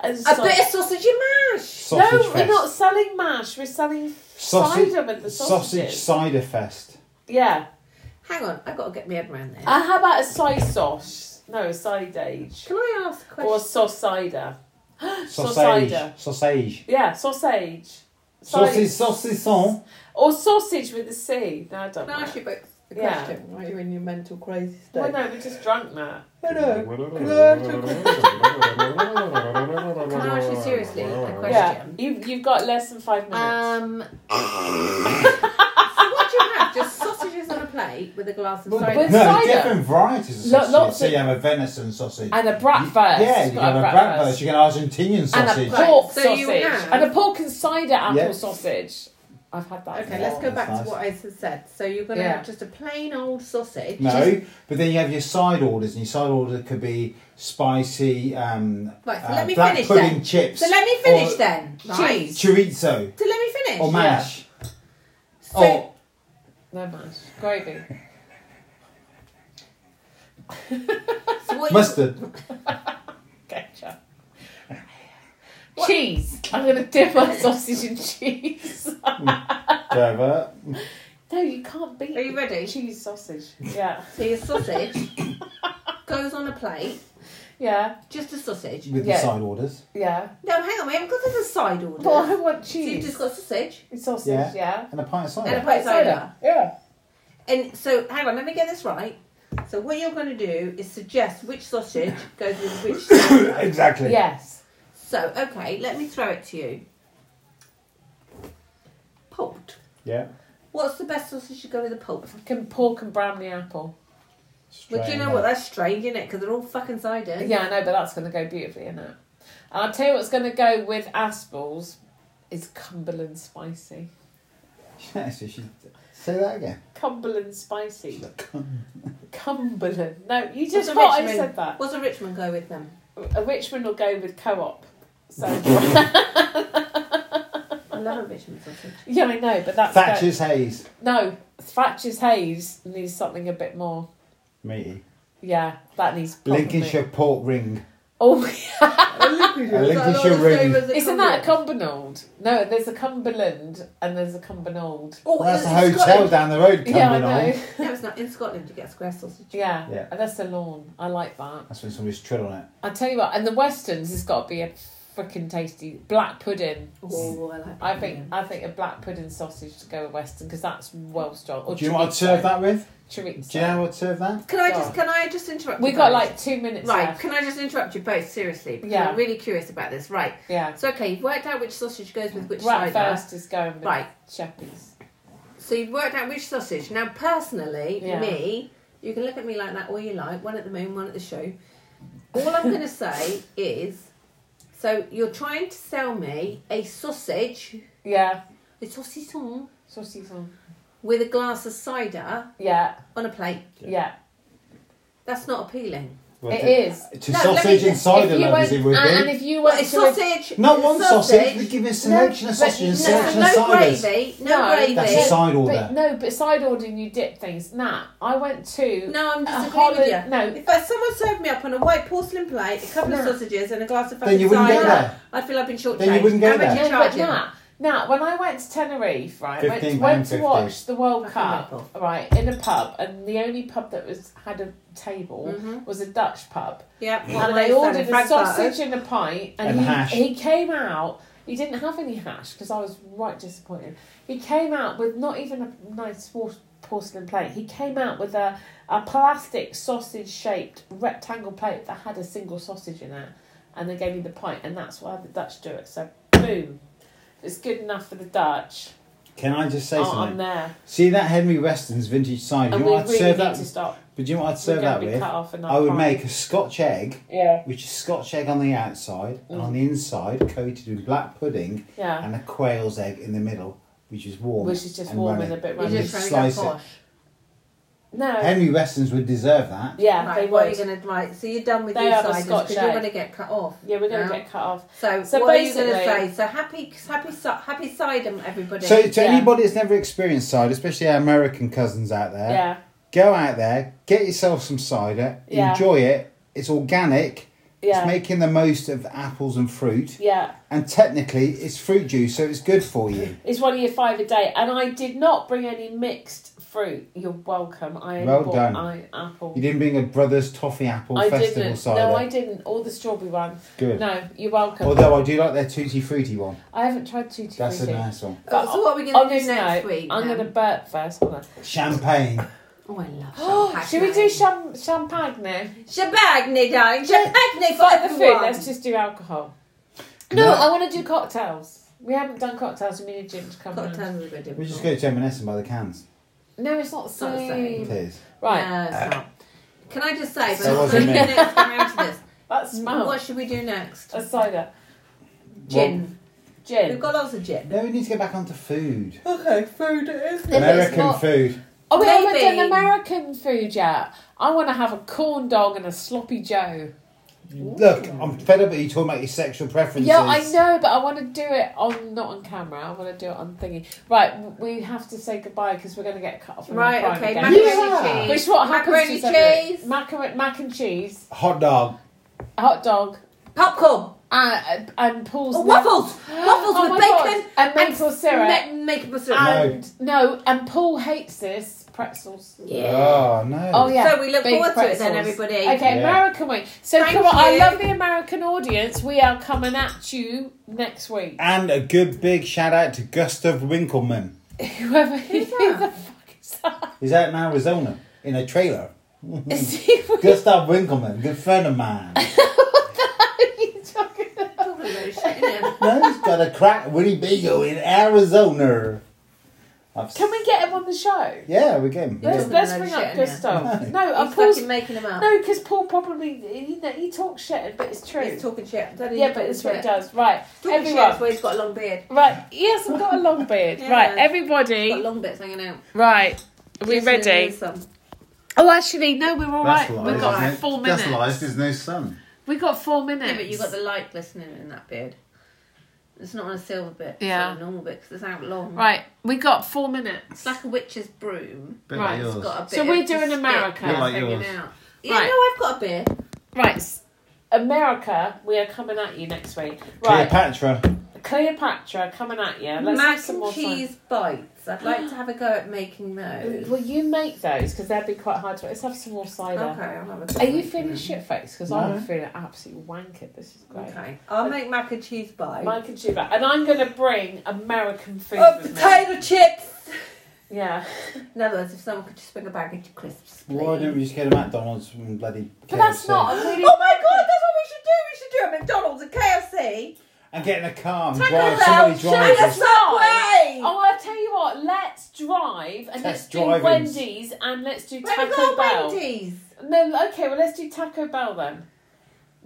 Speaker 1: and
Speaker 2: A
Speaker 1: so-
Speaker 2: bit of sausage and mash.
Speaker 1: no,
Speaker 3: Sausage
Speaker 1: we're
Speaker 3: Fest.
Speaker 1: not selling mash. We're selling
Speaker 3: sausage,
Speaker 1: cider with the
Speaker 3: sausage
Speaker 1: sausages.
Speaker 3: Cider Fest.
Speaker 1: Yeah.
Speaker 2: Hang on, I've got to get my head around this.
Speaker 1: And how about a soy sauce? No, a side age.
Speaker 2: Can I ask a question?
Speaker 1: Or sauce cider.
Speaker 3: Sausage.
Speaker 1: cider.
Speaker 3: Sausage.
Speaker 1: Yeah, sausage.
Speaker 3: Sausage,
Speaker 1: Side-
Speaker 3: saucisson.
Speaker 1: Or sausage with a C. No, I don't
Speaker 2: Can I
Speaker 1: know.
Speaker 2: ask you both a
Speaker 1: Yeah.
Speaker 2: question while you're in your mental crazy state?
Speaker 1: Well, no, we're just drunk now.
Speaker 2: Can I ask you seriously a
Speaker 1: Yeah,
Speaker 2: question?
Speaker 1: you've, you've got less than five minutes.
Speaker 2: Um. so what do you have? Just sausages on a plate with a glass of
Speaker 3: No,
Speaker 2: cider.
Speaker 1: With cider.
Speaker 3: different varieties of
Speaker 1: Lo-
Speaker 3: sausages.
Speaker 1: lots
Speaker 3: so
Speaker 1: of-
Speaker 3: you have a venison sausage.
Speaker 1: and a bratwurst.
Speaker 3: Yeah, you
Speaker 1: You've
Speaker 3: can
Speaker 1: got
Speaker 3: have a bratwurst. You can have Argentinian
Speaker 1: And
Speaker 3: sausage.
Speaker 1: a pork
Speaker 2: So
Speaker 1: sausage.
Speaker 2: you have-
Speaker 1: And a pork and cider apple
Speaker 3: Yeah.
Speaker 1: sausage. I've had that.
Speaker 2: Okay,
Speaker 1: before.
Speaker 2: let's go
Speaker 3: Oh, That's
Speaker 2: back
Speaker 3: nice.
Speaker 2: to what I s- said. So you're going to
Speaker 1: Yeah.
Speaker 2: have just a plain old sausage.
Speaker 3: No, but then you have your side orders, and your side order could be spicy um,
Speaker 2: Right, so
Speaker 3: uh,
Speaker 2: let me
Speaker 3: black
Speaker 2: finish
Speaker 3: pudding
Speaker 2: then.
Speaker 3: chips,
Speaker 2: So let me finish
Speaker 3: or
Speaker 2: then. Right.
Speaker 1: Cheese.
Speaker 3: chorizo,
Speaker 2: So let me finish.
Speaker 3: or mash,
Speaker 2: So-
Speaker 3: or
Speaker 1: No mash. Gravy.
Speaker 2: so what you-
Speaker 3: mustard.
Speaker 1: Ketchup.
Speaker 2: What
Speaker 1: cheese. I'm going to dip my sausage in cheese.
Speaker 3: Trevor.
Speaker 1: no, you can't beat
Speaker 2: Are you ready?
Speaker 1: cheese sausage. Yeah.
Speaker 2: So your sausage goes on a plate,
Speaker 1: Yeah.
Speaker 2: just a sausage.
Speaker 3: With
Speaker 1: Yeah.
Speaker 3: the side orders.
Speaker 1: Yeah.
Speaker 2: No, hang on, we haven't got to the side order.
Speaker 1: Well, I want
Speaker 2: so you've
Speaker 1: cheese.
Speaker 2: just got sausage.
Speaker 1: sausage,
Speaker 3: Yeah.
Speaker 1: yeah.
Speaker 3: And a pint of
Speaker 2: And a
Speaker 3: cider.
Speaker 2: pint of soda.
Speaker 1: Yeah.
Speaker 2: And so, hang on, let me get this right. So what you're going to do is suggest which sausage goes with which soda.
Speaker 3: exactly.
Speaker 1: Yes.
Speaker 2: So, okay, let me throw it to you. Pulped.
Speaker 3: Yeah.
Speaker 2: What's the best sausage to go with a pulp?
Speaker 1: Can pork and brown the apple.
Speaker 2: Well, do you
Speaker 3: Straight
Speaker 2: know
Speaker 3: in
Speaker 2: what?
Speaker 3: there.
Speaker 2: That's strange, isn't it? Because they're all fucking cider.
Speaker 1: Yeah, I know, but that's going to go beautifully in it. And I'll tell you what's going to go with Aspel's is Cumberland spicy.
Speaker 3: Yeah, so she, say that again.
Speaker 1: Cumberland spicy. Cumberland. No, you
Speaker 2: What's
Speaker 1: just
Speaker 2: a
Speaker 1: thought I
Speaker 2: Richmond?
Speaker 1: said that.
Speaker 2: What's a Richmond go with them?
Speaker 1: A Richmond will go with co-op. So
Speaker 2: I love a Richmond sausage.
Speaker 1: yeah, I know, but that's go-
Speaker 3: Thatcher's Hayes.
Speaker 1: no Thatcher's Hayes needs something a bit more.
Speaker 3: Meaty.
Speaker 1: Yeah, that needs proper
Speaker 3: Lincolnshire
Speaker 1: meat.
Speaker 3: Port Ring.
Speaker 1: Oh,
Speaker 3: A Lincolnshire Ring.
Speaker 1: isn't that a Cumbernauld? No, there's a Cumberland and there's a Cumbernauld.
Speaker 2: Oh,
Speaker 3: Well, that's
Speaker 2: in
Speaker 3: a hotel
Speaker 2: Scotland.
Speaker 3: down the road,
Speaker 1: Yeah, I
Speaker 3: Cumbernauld.
Speaker 1: know.
Speaker 2: No, it's not in Scotland. You get square sausage.
Speaker 1: Yeah,
Speaker 3: Yeah.
Speaker 1: and that's the lawn. I like that.
Speaker 3: That's when somebody's trilled on it.
Speaker 1: I tell you what, and the Westerns has got to be a freaking tasty black pudding.
Speaker 2: Oh, I like.
Speaker 1: I think I think a black pudding sausage to go with Western because that's well strong. Or
Speaker 3: Do you know what I'd
Speaker 1: chorizo.
Speaker 3: serve that with?
Speaker 1: Chorizo.
Speaker 3: Do you know what I'd serve that?
Speaker 2: Can I just? Can I just interrupt?
Speaker 1: We
Speaker 2: you
Speaker 1: got
Speaker 2: both?
Speaker 1: like two minutes
Speaker 2: Right.
Speaker 1: left.
Speaker 2: Can I just interrupt you both seriously? Because
Speaker 1: Yeah.
Speaker 2: I'm really curious about this. Right.
Speaker 1: Yeah.
Speaker 2: So okay, you've worked out which sausage goes with which
Speaker 1: Right
Speaker 2: cider.
Speaker 1: first is going with
Speaker 2: Right.
Speaker 1: Sheppies.
Speaker 2: So you've worked out which sausage. Now, personally,
Speaker 1: Yeah.
Speaker 2: me, you can look at me like that all you like, one at the moon, one at the show. All I'm going to say is so you're trying to sell me a sausage,
Speaker 1: Yeah.
Speaker 2: a saucisson,
Speaker 1: Saucisson.
Speaker 2: with a glass of cider
Speaker 1: Yeah.
Speaker 2: on a plate.
Speaker 1: Yeah.
Speaker 2: That's not appealing.
Speaker 3: Well,
Speaker 1: It
Speaker 3: to-
Speaker 1: is.
Speaker 3: To
Speaker 2: No, let
Speaker 3: sausage
Speaker 2: me-
Speaker 3: and cider lovers, it would
Speaker 1: and
Speaker 3: be.
Speaker 1: if you
Speaker 2: Well,
Speaker 1: went
Speaker 2: it's
Speaker 1: to a,
Speaker 2: sausage.
Speaker 3: Not one sausage, we
Speaker 2: sausage.
Speaker 3: give you a selection of
Speaker 1: but
Speaker 3: sausage and
Speaker 1: no-
Speaker 3: selection of
Speaker 2: no
Speaker 3: ciders.
Speaker 2: gravy, no,
Speaker 1: No,
Speaker 2: gravy.
Speaker 3: That's a side order.
Speaker 1: but no, but side ordering you dip things. Nah, I went to
Speaker 2: No, I'm
Speaker 1: a
Speaker 2: disagreeing with
Speaker 1: Holland.
Speaker 2: you.
Speaker 1: No,
Speaker 2: If uh, someone served me up on a white porcelain plate, a couple of
Speaker 1: No.
Speaker 2: sausages and a glass of
Speaker 3: Then
Speaker 2: fucking
Speaker 3: you wouldn't
Speaker 2: cider,
Speaker 3: go there.
Speaker 2: I'd feel I've been shortchanged.
Speaker 3: Then you wouldn't go
Speaker 2: How much
Speaker 3: there.
Speaker 2: you
Speaker 1: yeah, but
Speaker 2: charging?
Speaker 1: nah. Now, when I went to Tenerife, right, went,
Speaker 3: 15
Speaker 1: went
Speaker 3: pound
Speaker 1: to
Speaker 3: 50.
Speaker 1: watch the World
Speaker 2: Fucking
Speaker 1: Cup,
Speaker 2: ripple.
Speaker 1: right, in a pub, and the only pub that was had a table
Speaker 2: Mhm.
Speaker 1: was a Dutch pub,
Speaker 2: Yep.
Speaker 1: and they ordered a sausage and a pint, and,
Speaker 3: And
Speaker 1: he,
Speaker 3: hash.
Speaker 1: he came out. He didn't have any hash because I was right disappointed. He came out with not even a nice por- porcelain plate. He came out with a, a plastic sausage shaped rectangle plate that had a single sausage in it, and they gave me the pint, and that's why the Dutch do it. So boom, if it's good enough for the Dutch.
Speaker 3: Can I just say
Speaker 1: Oh, I'm
Speaker 3: something?
Speaker 1: there,
Speaker 3: See that Henry Weston's vintage cider?
Speaker 1: and
Speaker 3: You
Speaker 1: we
Speaker 3: know what I'd
Speaker 1: really
Speaker 3: serve
Speaker 1: need
Speaker 3: that
Speaker 1: to
Speaker 3: with?
Speaker 1: stop.
Speaker 3: But do you know what I'd
Speaker 1: We're
Speaker 3: serve
Speaker 1: going
Speaker 3: that
Speaker 1: to be
Speaker 3: with?
Speaker 1: cut off another
Speaker 3: I would
Speaker 1: pint.
Speaker 3: make a Scotch egg,
Speaker 1: Yeah,
Speaker 3: which is Scotch egg on the outside, and on the
Speaker 1: Mm.
Speaker 3: inside coated with black pudding
Speaker 1: yeah,
Speaker 3: and a quail's egg in the middle, which is warm.
Speaker 1: which is just
Speaker 3: and
Speaker 1: warm
Speaker 3: runny.
Speaker 1: and a bit
Speaker 2: You're
Speaker 3: You
Speaker 1: runny.
Speaker 2: just
Speaker 3: just
Speaker 2: trying to
Speaker 3: slice it.
Speaker 2: go posh.
Speaker 1: No,
Speaker 3: Henry Weston's would deserve that.
Speaker 1: yeah,
Speaker 2: right,
Speaker 1: they
Speaker 2: what are
Speaker 1: would.
Speaker 2: you going to right? So you're done with
Speaker 1: They
Speaker 2: these
Speaker 1: have a
Speaker 2: ciders
Speaker 1: Scotch
Speaker 2: because you're
Speaker 1: egg.
Speaker 2: going to get cut off.
Speaker 1: Yeah, we're gonna
Speaker 2: No.
Speaker 1: get cut off.
Speaker 2: So,
Speaker 1: So
Speaker 2: what are you going to
Speaker 1: basically-
Speaker 2: say? So happy, happy, ci- happy cider, everybody.
Speaker 3: So to
Speaker 1: Yeah.
Speaker 3: anybody that's never experienced cider, especially our American cousins out there,
Speaker 1: Yeah,
Speaker 3: go out there, get yourself some cider,
Speaker 1: Yeah.
Speaker 3: enjoy it. It's organic.
Speaker 1: yeah,
Speaker 3: It's making the most of apples and fruit,
Speaker 1: yeah.
Speaker 3: and technically it's fruit juice, so it's good for you.
Speaker 1: It's one of your five a day, and I did not bring any mixed fruit. You're welcome. I only
Speaker 3: Well
Speaker 1: bought
Speaker 3: done.
Speaker 1: I, apple.
Speaker 3: You didn't bring a Brothers Toffee Apple
Speaker 1: I
Speaker 3: Festival
Speaker 1: didn't.
Speaker 3: cider.
Speaker 1: No, I didn't. All the strawberry one.
Speaker 3: Good.
Speaker 1: No, you're welcome.
Speaker 3: Although I do like their tutti frutti one.
Speaker 1: I haven't tried tutti
Speaker 3: That's a
Speaker 1: frutti.
Speaker 3: nice one.
Speaker 2: Oh, so what are we going to do
Speaker 1: this
Speaker 2: next
Speaker 1: note,
Speaker 2: week?
Speaker 1: I'm
Speaker 2: then?
Speaker 1: gonna burp first. Hold on.
Speaker 3: Champagne.
Speaker 2: Oh, I love.
Speaker 1: Oh, should we do cham- champagne?
Speaker 2: Champagne, darling. Champagne for
Speaker 1: Fuck the food.
Speaker 2: everyone.
Speaker 1: Let's just do alcohol. No, I want to do cocktails. We haven't done cocktails. We need a gin to come
Speaker 2: Got
Speaker 1: round.
Speaker 2: time we're going to do.
Speaker 3: We just go to M&S and buy the cans.
Speaker 1: No, it's not the
Speaker 2: not the
Speaker 1: same.
Speaker 3: It is.
Speaker 1: Right,
Speaker 2: No,
Speaker 3: Uh,
Speaker 2: it's not. Can I just say,
Speaker 3: That
Speaker 2: but
Speaker 3: wasn't me.
Speaker 2: next time round to this,
Speaker 1: that smells.
Speaker 2: what should we do next?
Speaker 1: A cider.
Speaker 2: Gin.
Speaker 1: Gin.
Speaker 2: We've got lots of gin.
Speaker 3: No, we need to get back onto food.
Speaker 2: Okay, food it is.
Speaker 1: Then it's
Speaker 3: American
Speaker 1: not-
Speaker 3: food.
Speaker 1: Oh, we haven't
Speaker 2: Maybe.
Speaker 1: done American food yet. I want to have a corn dog and a sloppy Joe.
Speaker 3: Look, I'm fed up with you talking about your sexual preferences.
Speaker 1: Yeah, I know, but I want to do it on not on camera. I want to do it on thingy. Right, w- we have to say goodbye because we're going to get cut off. from the
Speaker 2: Right,
Speaker 1: prime
Speaker 2: okay.
Speaker 1: again.
Speaker 2: Macaroni
Speaker 3: Yeah.
Speaker 2: cheese.
Speaker 1: Which what happens
Speaker 2: Macaroni
Speaker 1: to Zebra?
Speaker 2: cheese.
Speaker 1: Macaroni, mac and cheese,
Speaker 3: Hot dog.
Speaker 1: hot dog,
Speaker 2: Popcorn.
Speaker 1: and, and Paul's
Speaker 2: Oh,
Speaker 1: ne-
Speaker 2: waffles! Waffles
Speaker 1: Oh
Speaker 2: with
Speaker 1: my
Speaker 2: bacon
Speaker 1: God. and maple
Speaker 2: s-
Speaker 1: syrup.
Speaker 2: ma- maple syrup.
Speaker 1: and no. and Paul hates this pretzels.
Speaker 3: Oh no.
Speaker 1: Oh yeah.
Speaker 2: So we look
Speaker 1: big
Speaker 2: forward to it then,
Speaker 1: pretzels.
Speaker 2: everybody.
Speaker 1: Okay,
Speaker 3: Yeah.
Speaker 1: American week. So
Speaker 2: Thank
Speaker 1: come on, I
Speaker 2: you.
Speaker 1: love the American audience. We are coming at you next week.
Speaker 3: And a good big shout out to Gustav Winkelmann.
Speaker 1: Whoever who
Speaker 2: that?
Speaker 1: the fuck is that?
Speaker 3: He's out in Arizona in a trailer. Hmm.
Speaker 1: Is he what
Speaker 3: Gustav Winkelmann, good friend of mine.
Speaker 1: are you talking about?
Speaker 2: Probably shit, innit?
Speaker 3: no, he's got a crack Winnie Beagle in Arizona. I've s-
Speaker 1: Can we get him on the show?
Speaker 3: Yeah, we can. We
Speaker 1: Let's,
Speaker 3: can.
Speaker 1: let's
Speaker 2: Yeah.
Speaker 1: bring
Speaker 2: Shit,
Speaker 1: up
Speaker 2: innit?
Speaker 1: Gustav. No,
Speaker 2: He's
Speaker 1: uh, Paul's,
Speaker 2: fucking making them up.
Speaker 1: no, because Paul probably he, he talks shit, but it's true.
Speaker 2: He's talking shit. Daddy,
Speaker 1: yeah, but
Speaker 2: he's talking
Speaker 1: it's what he
Speaker 2: shit.
Speaker 1: does. Right,
Speaker 2: Talking shit
Speaker 1: everyone.
Speaker 2: is why he's got a long beard.
Speaker 1: Right, he hasn't got a long beard.
Speaker 2: Yeah.
Speaker 1: Right,
Speaker 2: Got
Speaker 1: everybody.
Speaker 2: long bits hanging out.
Speaker 1: Right, are we
Speaker 2: Yes, there
Speaker 1: ready?
Speaker 2: is some.
Speaker 1: Oh, actually, no, we're all right.
Speaker 3: That's
Speaker 1: We've
Speaker 3: lies,
Speaker 1: got
Speaker 3: isn't it?
Speaker 1: four
Speaker 3: That's
Speaker 1: minutes.
Speaker 3: lies. There's no sun.
Speaker 1: We got four minutes.
Speaker 2: Yeah, but you got the light glistening in that beard. It's not on a silver bit.
Speaker 1: Yeah.
Speaker 2: It's on a normal bit because it's out long.
Speaker 1: right. We got four minutes.
Speaker 2: It's like a witch's broom.
Speaker 3: Bit
Speaker 1: Right,
Speaker 3: like
Speaker 1: it's
Speaker 2: It's
Speaker 3: yours.
Speaker 2: got a bit
Speaker 1: So
Speaker 2: of
Speaker 1: we're
Speaker 2: the
Speaker 1: doing
Speaker 2: spit
Speaker 1: America.
Speaker 3: Bit like
Speaker 2: hanging
Speaker 3: yours.
Speaker 2: out. Yeah,
Speaker 1: Right.
Speaker 2: no, I've got a beard.
Speaker 1: Right, s- America. We are coming at you next week. Right,
Speaker 3: Cleopatra.
Speaker 1: Cleopatra coming at you. Let's have
Speaker 2: Mac
Speaker 1: some
Speaker 2: and
Speaker 1: more time.
Speaker 2: cheese bites. I'd like to have a go at making those.
Speaker 1: Well, you make those because they'd be quite hard to. Let's have some more cider.
Speaker 2: Okay, I'll have a go.
Speaker 1: Are you feeling shit faced? Because
Speaker 3: Mm-hmm. No.
Speaker 1: I'm feeling absolutely wankered. This is great.
Speaker 2: Okay, I'll make mac and cheese bites.
Speaker 1: Mike and Juba, and I'm going to bring American food
Speaker 2: Oh,
Speaker 1: with me.
Speaker 2: potato chips.
Speaker 1: Yeah,
Speaker 2: In other words, if someone could just bring a bag of crisps. Please.
Speaker 3: Why don't we just get a McDonald's and bloody
Speaker 1: but that's
Speaker 3: KFC?
Speaker 1: not a really.
Speaker 2: Oh my god, that's what we should do. We should do a McDonald's, a KFC,
Speaker 3: And get in a car and
Speaker 1: Taco Bell,
Speaker 3: drive. Somebody
Speaker 1: Taco
Speaker 3: drives
Speaker 2: and a
Speaker 3: us.
Speaker 1: Bell.
Speaker 2: Subway.
Speaker 1: Oh, I tell you what. Let's drive and let's
Speaker 3: Test
Speaker 1: do
Speaker 3: drive-ins.
Speaker 1: Wendy's and let's do
Speaker 2: Where we
Speaker 1: Taco
Speaker 2: got
Speaker 1: Bell.
Speaker 2: Wendy's.
Speaker 1: No, okay. Well, let's do Taco Bell then.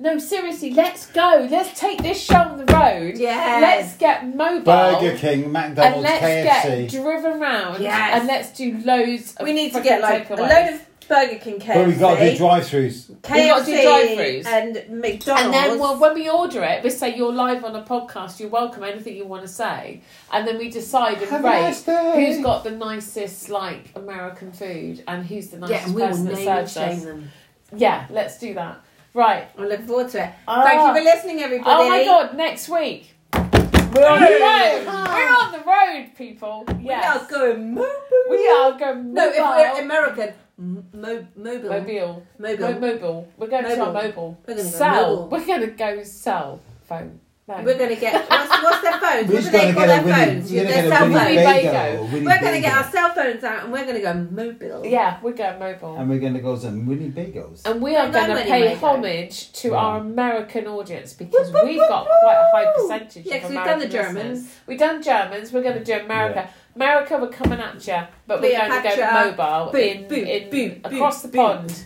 Speaker 1: No, seriously, let's go. Let's take this show on the road.
Speaker 2: Yes.
Speaker 1: Let's get mobile.
Speaker 3: Burger King,
Speaker 1: and
Speaker 3: McDonald's,
Speaker 1: let's
Speaker 3: KFC.
Speaker 1: get driven round.
Speaker 2: Yes.
Speaker 1: And let's do loads of
Speaker 2: We need to
Speaker 1: frickin'
Speaker 2: get like a
Speaker 1: takeaways.
Speaker 2: load of Burger King KFC.
Speaker 3: But we got to do drive-throughs.
Speaker 1: We gotta do
Speaker 2: KFC
Speaker 1: drive-thrus.
Speaker 2: and McDonald's.
Speaker 1: and then well, when we order it, we say you're live on a podcast. You're welcome. Anything you want to say, and then we decide and
Speaker 3: Have a
Speaker 1: rate
Speaker 3: nice day.
Speaker 1: who's got the nicest like American food and who's the
Speaker 2: yeah,
Speaker 1: nicest
Speaker 2: and we will
Speaker 1: person that
Speaker 2: name and
Speaker 1: serves
Speaker 2: shame
Speaker 1: us.
Speaker 2: them.
Speaker 1: Yeah, let's do that. Right.
Speaker 2: I look forward to it.
Speaker 1: Ah.
Speaker 2: Thank you for listening, everybody.
Speaker 1: Oh my god! Next week we're on the road. We're on the road, people.
Speaker 2: We are
Speaker 1: Yes,
Speaker 2: going mobile.
Speaker 1: we are going
Speaker 2: No, if we're
Speaker 1: mobile.
Speaker 2: American, m- mo- mobile.
Speaker 1: Mobile.
Speaker 2: Mobile.
Speaker 1: We're mobile. We're going to our mobile.
Speaker 2: We're gonna go
Speaker 1: sell.
Speaker 2: mobile.
Speaker 1: We're going to go sell phone. No.
Speaker 2: We're going to get. What's, what's their phones? What
Speaker 3: We're
Speaker 2: do
Speaker 3: just
Speaker 2: they
Speaker 3: going to
Speaker 2: call
Speaker 3: get
Speaker 2: their
Speaker 3: a Winnie,
Speaker 2: phones?
Speaker 3: we're gonna
Speaker 2: their
Speaker 3: get a
Speaker 2: cell
Speaker 3: Winnie
Speaker 2: phones.
Speaker 1: Winnie
Speaker 3: Bagel.
Speaker 1: Bagel.
Speaker 3: Winnie
Speaker 2: We're going to get
Speaker 3: Bagel.
Speaker 2: our cell phones out and we're going to go mobile.
Speaker 1: yeah, we're going mobile.
Speaker 3: And we're going to go some Winnie Bagels.
Speaker 1: And we are
Speaker 2: Don't know
Speaker 1: going to
Speaker 2: many
Speaker 1: pay
Speaker 2: Lego.
Speaker 1: homage to
Speaker 3: Yeah.
Speaker 1: our American audience because
Speaker 2: Woo, woo,
Speaker 1: we've
Speaker 2: woo,
Speaker 1: got quite a high
Speaker 2: woo.
Speaker 1: percentage
Speaker 2: Yeah,
Speaker 1: of American
Speaker 2: because we've done the
Speaker 1: listeners.
Speaker 2: Germans.
Speaker 1: We've done Germans. We're going to do America. America, we're coming at you, but we're going to
Speaker 2: Cleopatra.
Speaker 1: go mobile
Speaker 2: Boom,
Speaker 1: in,
Speaker 2: boom,
Speaker 1: in
Speaker 2: boom, boom,
Speaker 1: across the
Speaker 2: boom.
Speaker 1: pond.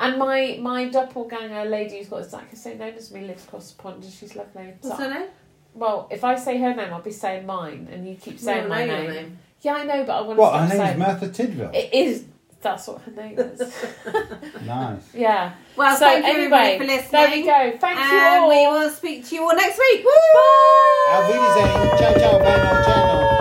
Speaker 1: And my my doppelganger lady who's got exactly the same name as me lives across the pond and she's lovely. So-
Speaker 2: What's her name?
Speaker 1: well, if I say her name, I'll be saying mine, and you keep saying
Speaker 2: We
Speaker 1: my
Speaker 2: don't know
Speaker 1: name.
Speaker 2: your name.
Speaker 1: Yeah, I know, but I want
Speaker 3: What?
Speaker 1: to
Speaker 3: Her
Speaker 1: stop
Speaker 3: name's
Speaker 1: saying
Speaker 3: Martha Tidwell.
Speaker 1: it is. That's what her name is.
Speaker 3: Nice.
Speaker 1: yeah.
Speaker 2: Well,
Speaker 1: so
Speaker 2: thank you
Speaker 1: anyway,
Speaker 2: everybody for listening.
Speaker 1: there we go. Thank you
Speaker 2: and
Speaker 1: all.
Speaker 2: we will speak to you all next week. Woo!
Speaker 3: Auf Wiedersehen. Ciao, ciao, Beno, ciao.